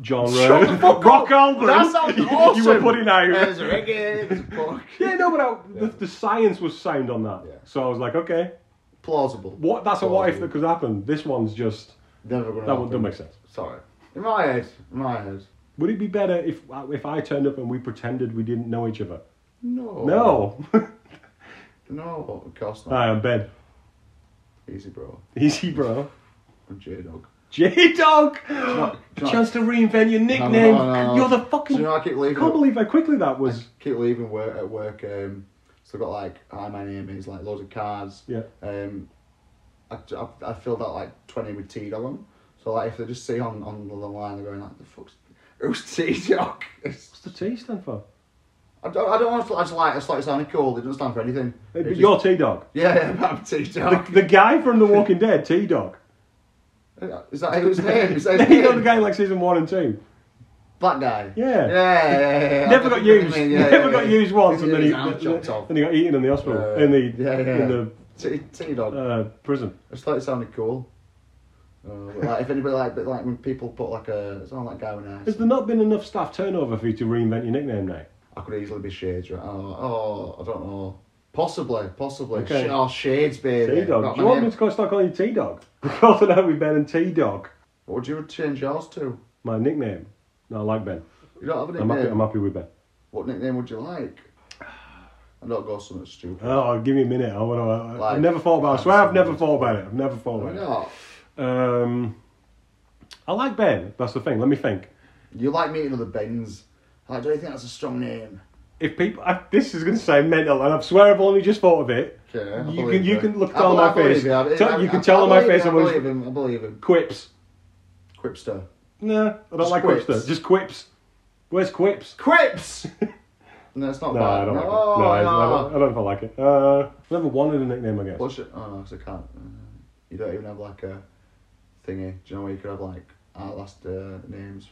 B: genre,
D: Shut the fuck
B: rock album
A: That sounds awesome.
B: you were putting out.
A: There's reggae, there's punk.
B: Yeah, no, but I, the, the science was sound on that.
A: Yeah.
B: So I was like, okay,
A: Plausible.
B: what? That's a what if
A: Plausible.
B: that could happen. This one's just
A: Never gonna.
B: that one
A: happen.
B: doesn't make sense.
A: Sorry. In my head. In my head.
B: Would it be better if if I turned up and we pretended we didn't know each other?
A: No.
B: No,
A: Oh. No. Of course not.
B: I am Ben.
A: Easy, bro.
B: Easy, bro.
A: I'm J Dog.
B: J Dog,
A: not-
B: chance to reinvent your nickname.
A: no, no, no.
B: You're the
A: Do
B: fucking.
A: you know I keep
B: I
A: leaving?
B: can't believe how quickly that was.
A: keep leaving work at work. Um, so I've got like hi, my name is like loads of cards.
B: Yeah.
A: Um, I, I, I filled out like twenty with T dog on. So like if they just see on on the line, they're going like the fuck's who's T dog?
B: What's the T stand for?
A: I don't, I don't want to. I just like it's like sounding cool. It doesn't stand for anything.
B: Hey,
A: It
B: but
A: just-
B: You're T Dog.
A: yeah, yeah, but I'm T
B: The,
A: dog.
B: the guy from The Walking Dead, T Dog.
A: Is that his name? Is that his
B: You know the
A: name?
B: guy in like season one and two.
A: Black guy.
B: Yeah.
A: Yeah. yeah, yeah, yeah.
B: Never got
A: I know what you
B: used.
A: mean, yeah,
B: Never
A: yeah,
B: got
A: yeah.
B: used once,
A: His-
B: and then he,
A: his arm chopped off.
B: and he got eaten in the hospital,
A: Uh,
B: in the
A: yeah, yeah.
B: in the
A: T T dog.
B: uh, prison.
A: It's like it sounded cool. Uh, but like if anybody like, but like when people put like a, it's not like guy with
B: Has
A: eyes.
B: there not been enough staff turnover for you to reinvent your nickname now?
A: I could easily be Shades. Right? Oh, oh, I don't know. Possibly, possibly.
B: Okay.
A: Sh- oh, Shades, baby.
B: T Dog.
A: Not
B: Do
A: my
B: you want
A: name.
B: me to go start calling you T Dog? Because now we Ben and T Dog.
A: What would you change yours to?
B: My nickname. No, I like Ben.
A: You don't have a
B: I'm
A: nickname.
B: happy. I'm happy with Ben.
A: What nickname would you like? And not go something stupid.
B: Oh, give me a minute. I want to.
A: Like-
B: I've never thought about. it. I swear, I've never thought about it. I've never thought
A: Why
B: about it.
A: not?
B: Um, I like Ben. That's the thing. Let me think.
A: You like meeting other Bens. Like, do you think that's a strong name?
B: If people, I, this is going to sound mental, and I swear I've only just thought of it.
A: Okay, I
B: you can
A: believe
B: you
A: it.
B: can look
A: I-
B: down
A: I
B: my
A: believe
B: face.
A: you. I-
B: Tell-
A: I-
B: you can
A: I-
B: tell
A: I
B: on my
A: believe
B: face.
A: you,
B: I'm
A: I
B: always
A: believe him. I believe him.
B: quips.
A: Quipster.
B: Nah, I don't
A: Just
B: like quips.
A: quips.
B: though. Just quips. Where's quips?
A: Quips! no, it's not
B: No,
A: bad.
B: I don't
A: no,
B: like it. No, I, I,
A: no.
B: don't, I don't know if I like it. Uh, I've never wanted a nickname, I guess.
A: What's it? Oh, no, 'cause I can't. Uh, you don't even have like a thingy. Do you know where you could have like our last uh, names?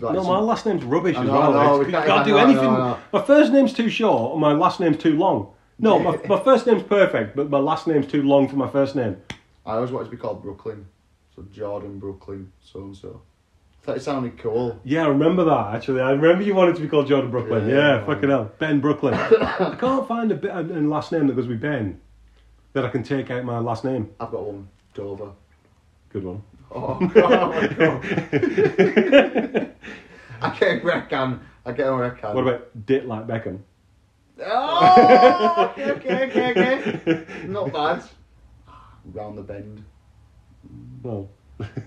A: Like
B: no,
A: some-
B: my last name's rubbish
A: I
B: as
A: know,
B: well.
A: I know,
B: mate.
A: we
B: You
A: can't-
B: can't,
A: I know,
B: do
A: I know,
B: anything.
A: I know.
B: My first name's too short, and my last name's too long. No, my, my first name's perfect, but my last name's too long for my first name.
A: I always wanted to be called Brooklyn. So Jordan Brooklyn, so and so. That sounded cool.
B: Yeah, I remember that actually. I remember you wanted to be called Jordan Brooklyn.
A: Yeah.
B: Yeah, fucking hell, Ben Brooklyn. I can't find a bit a, a last name that goes with Ben that I can take out my last name.
A: I've got one. Dover.
B: Good one.
A: Oh, God, my God. I get where I can. I get where I can.
B: What about Dit like Beckham?
A: Oh, okay, okay, okay, okay. Not bad. Round the bend.
B: Well,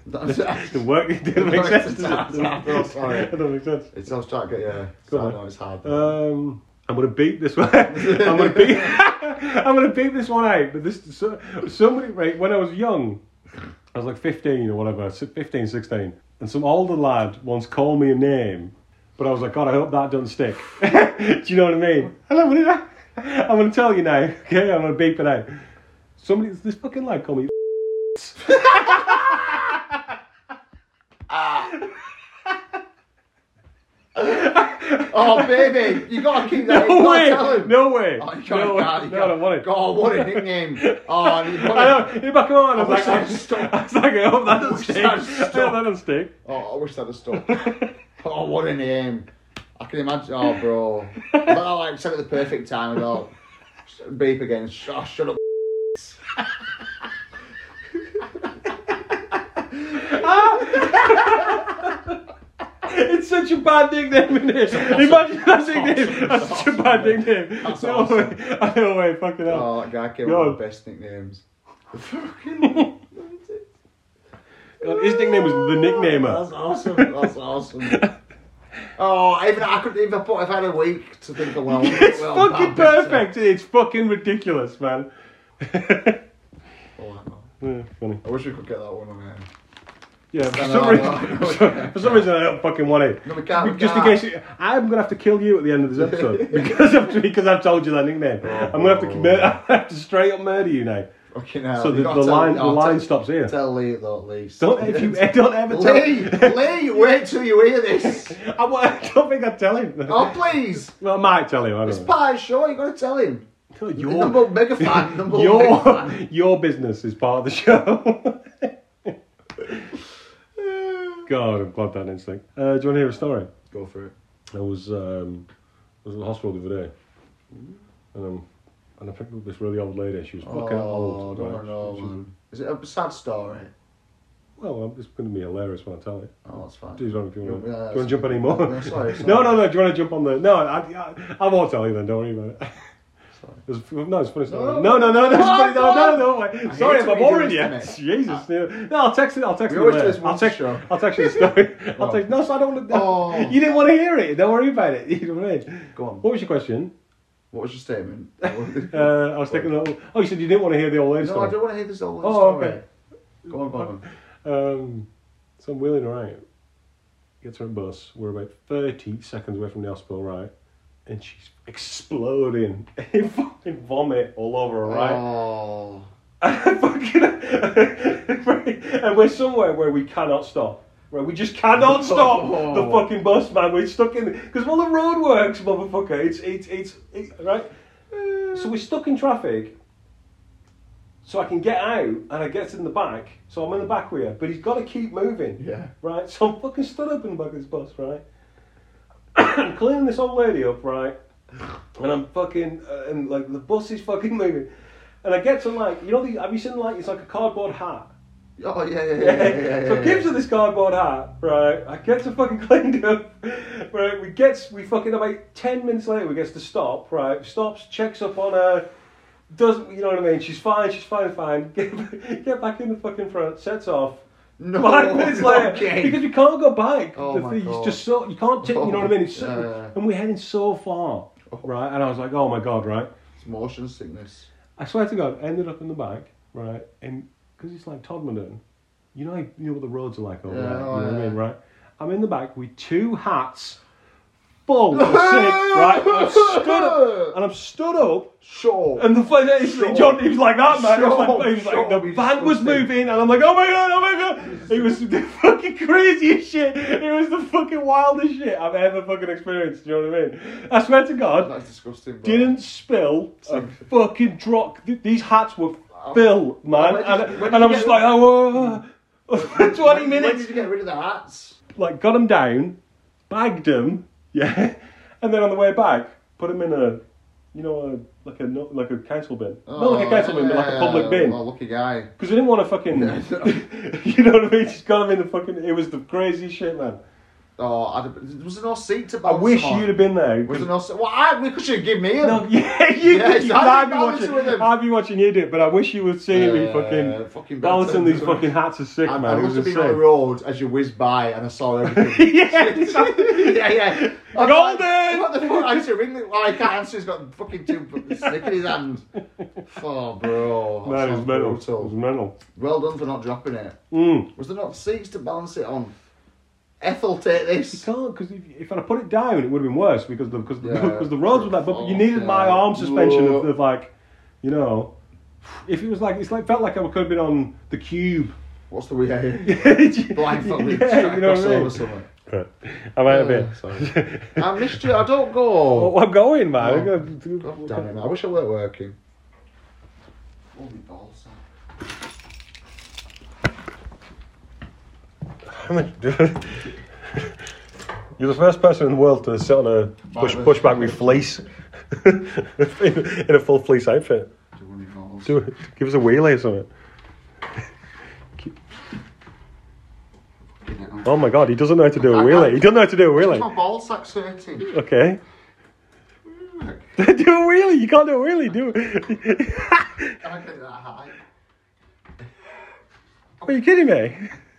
A: That's
B: the work it didn't make
A: No,
B: sense.
A: it's
B: does it?
A: not. No, sorry.
B: It doesn't make sense.
A: It's I was trying to get yeah.
B: Go
A: I
B: on.
A: know it's hard.
B: Um, I'm gonna beat this one. I'm gonna beat. I'm gonna beat this one out. But this so, somebody right when I was young, I was like 15 or whatever, si- 15, 16, and some older lad once called me a name, but I was like, God, I hope that doesn't stick. Do you know what I mean? And I'm gonna, I'm gonna tell you now. Okay, I'm gonna beep it out. Somebody, this fucking lad called me.
A: oh baby, you gotta keep that.
B: No
A: you
B: way!
A: gotta tell him.
B: No way!
A: Oh, you
B: no,
A: can't,
B: way.
A: can't, you
B: no, I don't want it.
A: can't. God, what a nickname! Oh, you
B: I
A: got
B: know.
A: it.
B: In the back of my mind, I
A: I
B: was
A: wish
B: like,
A: I'd stopped.
B: I was like, I hope that doesn't
A: wish
B: stick. I
A: I'd
B: hope
A: stopped.
B: that doesn't stick.
A: Oh, I wish I'd have stopped. oh, what a name! I can imagine. Oh, bro, but I like said at the perfect time. And all beep again. Sh- Oh, shut up.
B: It's such a bad nickname, isn't it? Imagine that nickname. That's such a bad nickname.
A: That's
B: no
A: awesome.
B: way. I know way. Fucking hell.
A: Oh, that guy came up with
B: God.
A: the best nicknames. Fucking.
B: God, his nickname was the nicknamer.
A: That's awesome. That's awesome. Oh, even I could even put if I had a week to think of one.
B: It's fucking perfect. It's fucking ridiculous, man.
A: Oh, I know.
B: Yeah, funny.
A: I wish we could get that one on air.
B: Yeah, for
A: No,
B: some
A: no,
B: reason,
A: no, no.
B: for- for some reason, I don't fucking want it.
A: No, we can't, we
B: Just in
A: can't.
B: case, you- I'm gonna have to kill you at the end of this episode because I've, because I've told you that nickname.
A: Oh,
B: I'm gonna have to commit, I have to straight up murder you now.
A: Fucking hell.
B: So
A: You
B: the, the
A: gotta tell-
B: line, the
A: oh,
B: line
A: tell-
B: stops here.
A: Tell Lee though, at least.
B: Don't if you don't ever tell.
A: Lee, Lee, wait till you hear this.
B: I, wa- I don't think I'd tell him.
A: Oh please,
B: Well, I might tell him. I
A: it's
B: don't know.
A: part of the show. You gotta tell him.
B: God,
A: number one mega fan. Number one mega
B: your,
A: fan.
B: your business is part of the show. God, I'm glad that didn't stick. Uh, do you want to hear a story?
A: Go for it.
B: I was um, I was in the hospital the other day, and um, and I picked up this really old lady. She was fucking
A: Oh,
B: old.
A: don't
B: right?
A: know,
B: She-
A: man. Is it a sad story?
B: Well, um, it's going to be hilarious when I tell it.
A: Oh, that's fine.
B: Do you want, if you want,
A: Yeah,
B: do you
A: that's-
B: want to jump any more?
A: No, sorry, sorry.
B: no, no, no. Do you want to jump on the? No, I, I, I won't tell you then. Don't worry about it.
A: Sorry.
B: It's, no, it's funny story. No,
A: No.
B: no, no, no, it's
A: No,
B: funny, no, no,
A: no.
B: no.
A: I
B: Wait. Sorry if
A: hate
B: I'm
A: when you do
B: boring you.
A: this to Ah.
B: Jesus. No, no, I'll text it. I'll text
A: We
B: it
A: always do
B: later.
A: this
B: I'll
A: once
B: text.
A: show.
B: I'll text you the story. I'll
A: Right.
B: text. No, so I don't want to.
A: Oh.
B: You didn't want to hear it. Don't worry about it. You know what I mean?
A: Go on.
B: What was your question?
A: What was your statement?
B: Uh, I was thinking. of- Oh, you said you didn't want to hear the old lady
A: no, I
B: story.
A: don't want to hear this whole
B: Oh,
A: story.
B: okay.
A: Go on, go on.
B: Um, so I'm wheeling right. Gets her a bus. We're about 30 seconds away from the hospital, right? And she's exploding in fucking vomit all over her, right?
A: Oh.
B: And fucking, right? And we're somewhere where we cannot stop. Where we just cannot stop the fucking bus, man. We're stuck in because all the road works, motherfucker. It's it's it's it, right. So we're stuck in traffic. So I can get out and I get in the back. So I'm in the back with you, but he's got to keep moving.
A: Yeah.
B: Right. So I'm fucking stood up in the back of this bus, right. I'm cleaning this old lady up, right. And I'm fucking uh, and like the bus is fucking moving, and I get to like you know the have you seen like it's like a cardboard hat.
A: Oh, yeah, yeah, yeah. yeah, yeah,
B: so
A: yeah,
B: gives
A: yeah.
B: her this cardboard hat, right? I get to fucking cleaned up, right? We gets we fucking about ten minutes later we gets to stop, right? Stops, checks up on her, doesn't you know what I mean? She's fine, she's fine, fine. Get, get back in the fucking front, sets off.
A: No,
B: Five minutes later,
A: okay.
B: because you can't go back.
A: Oh
B: the
A: my
B: thing, it's
A: God.
B: just so you can't. T- you know what I mean? It's so,
A: Yeah, yeah, yeah.
B: And we're heading so far, right? And I was like, oh my god, right?
A: It's motion sickness.
B: I swear to God, ended up in the back, right? And because it's like Todmorden, you know, you know what the roads are like over
A: Yeah,
B: there. You know
A: oh,
B: what I
A: yeah.
B: mean, right? I'm in the back with two hats, full of sick, right? I'm stood up, and I'm stood up,
A: Sure.
B: and the fucking
A: Sure.
B: John, he was like that, man. He was like,
A: Sure,
B: he was like,
A: sure,
B: the
A: be
B: van was
A: disgusting.
B: moving, and I'm like, oh my god, oh my god. It was the fucking craziest shit. It was the fucking wildest shit I've ever fucking experienced. Do you know what I mean? I swear to God,
A: That's disgusting. Bro.
B: didn't spill a fucking drop. Th- These hats were
A: Oh.
B: filled, man.
A: When did
B: and
A: you- when
B: and
A: did
B: I
A: you
B: was just
A: get them?
B: like, oh, oh, oh." 20
A: When- When
B: minutes.
A: did you get rid of the hats?
B: Like, got them down, bagged them, yeah. And then on the way back, put them in a, you know, a, like a no- like a council bin. Not like a council bin, but like a
A: Oh, yeah,
B: public bin.
A: Well, lucky guy.
B: Because we didn't want to fucking. you know what I mean? Just got them in the fucking. It was the craziest shit, man.
A: Oh, I'd, was there no seat to
B: I
A: bounce
B: wish
A: on?
B: you'd have been there.
A: Was there no seat? Well, I, we could should give me him.
B: No, yeah, you,
A: Yeah,
B: you-
A: so I'd
B: I'd,
A: be
B: be
A: balancing
B: watching,
A: with him.
B: I'd be watching you do it, but I wish you would see me
A: Uh,
B: fucking,
A: fucking
B: balancing
A: better.
B: these fucking hats as sick,
A: I,
B: man.
A: I
B: It
A: must
B: was
A: have been on the
B: insane.
A: road as you whizzed by and I saw everything.
B: yeah, exactly.
A: yeah, yeah. I'm
B: Golden!
A: Like, what the fuck? I used to ring the. Well, I can't answer. He's got fucking two fucking stick in his hand. Oh, bro.
B: Man,
A: that
B: it was
A: sounds
B: mental. It was
A: brutal.
B: mental.
A: Well done for not dropping it.
B: Mm.
A: Was there not seats to balance it on? Ethel, take
B: You
A: this.
B: can't because if, if I'd put it down, it would have been worse because the because the,
A: Yeah.
B: because the roads were that. But you needed my
A: Yeah.
B: arm suspension of,
A: Whoa.
B: of like, you know, if it was like it's like felt like I could have been on the cube.
A: What's the way? Blindfolded.
B: yeah, you know what I mean.
A: Or something.
B: Right. I'm out of here.
A: Yeah, sorry. I missed you. I don't go.
B: Well, I'm going, man. I'm
A: Oh.
B: gonna-
A: God damn it, man. I wish I were working. Holy balls.
B: How much? You're the first person in the world to sit on a push
A: Bye,
B: push back with fleece in, in a full fleece outfit.
A: Do one of your balls.
B: Do it. Give us a wheelie or something.
A: Fucking hell.
B: Oh my god, he doesn't know how to do a
A: I- I-
B: wheelie. He doesn't know how to do a
A: My
B: wheelie.
A: ball sack's hurting.
B: Okay.
A: Can
B: do a wheelie. You can't do a wheelie. Do. it.
A: I get that high?
B: Are you kidding me?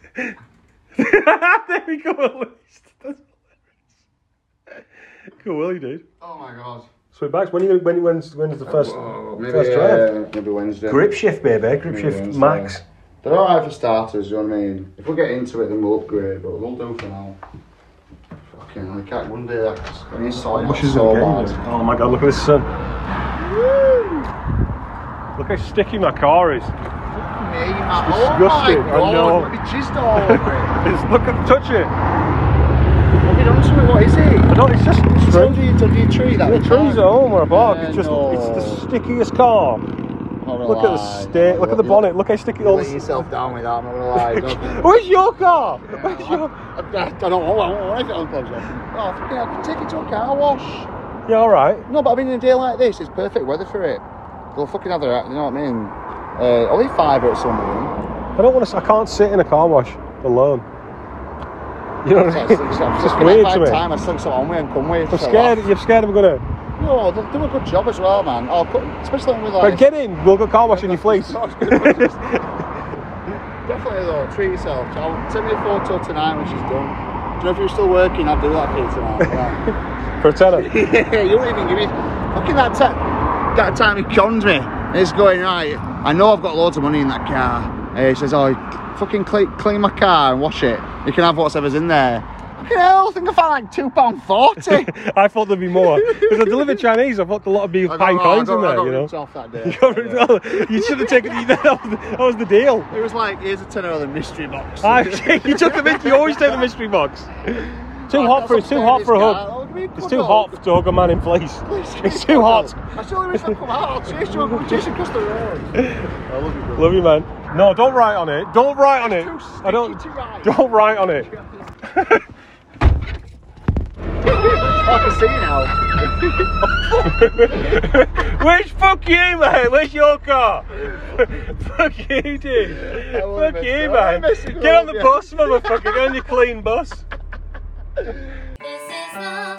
B: there we go. At least. That's hilarious. Cool wheelie, dude.
A: Oh my god.
B: So Max, when are you when when's when's the first
A: Oh,
B: first drive?
A: maybe Wednesday.
B: Grip shift, baby. Grip
A: Maybe
B: shift,
A: Wednesday.
B: Max.
A: They're alright for starters, you know what I mean? If we get into it, then we'll upgrade, but we'll do for now. Fucking hell, I can't one day that's when he's so bad.
B: Oh my god, look at this sun. Look how sticky my car is.
A: Me, man. Oh my
B: disgusting, I know.
A: god, it's just all over it.
B: It's, look at touch it.
A: What have you done to it? What is
B: I
A: it?
B: don't, it's just
A: It's
B: strange.
A: under your, under your tree, that
B: The trees are all over a bog.
A: Yeah,
B: It's just
A: no.
B: it's the stickiest car.
A: Oh, well,
B: look at the state. Look at the bonnet. Look how sticky all
A: You let
B: this.
A: yourself down with that, I'm not gonna lie. don't-
B: Where's your car? Where's your?
A: I, I, I don't want one. I want it on clothes off. Oh, fucking hell, take it to a car wash.
B: Yeah, all right.
A: No, but I mean, in a day like this, it's perfect weather for it. They'll fucking have their, you know what I mean? Uh, only five at some of them.
B: I don't want to. I can't sit in a car wash alone. You know what I
A: I'm
B: mean?
A: just
B: weird
A: going to
B: to me.
A: find time and sling some on me and come with.
B: I'm
A: so
B: scared.
A: that-
B: You're scared I'm gonna.
A: No, they'll do a good job as well, man. Oh, cut- especially with like.
B: Right, get in. We'll go car wash in your fleece.
A: Definitely though, treat yourself. I'll take me a photo tonight when she's done. Do you know if you're still working, I'll do that for you tonight. Yeah.
B: For a tenner.
A: yeah, you won't even give me fucking that time. That time he conned me. And He's going right. I know I've got loads of money in that car. And he says, "Oh, fucking clean, clean my car and wash it. You can have whatever's in there." Fucking hell! I think I found like two pound forty.
B: I thought there'd be more because I delivered Chinese. I thought a lot of be pine coins in there. You know.
A: Off that
B: You
A: day.
B: got rid of- you should have taken. You, that, was the, that was the deal.
A: It was like here's a tenner of the mystery box.
B: I, you took the mystery. You always take the mystery box. Too hot for it's too hot for a hug. It's too hot to hug a man in fleece. It's too hot.
A: I still wish I'd come out. I'll chase you. I'll chase you across the road. I love you, bro.
B: Love you, man. No, don't write on it. Don't write on it.
A: Too sticky
B: I don't.
A: to write.
B: Don't write on it.
A: I can see now.
B: Which fuck you, mate? Where's your car? fuck you, dude.
A: I wanna
B: Fuck
A: miss- I
B: you,
A: wanna
B: man.
A: miss you,
B: Get on the
A: yeah.
B: bus, motherfucker. Get on your clean bus.
E: This is the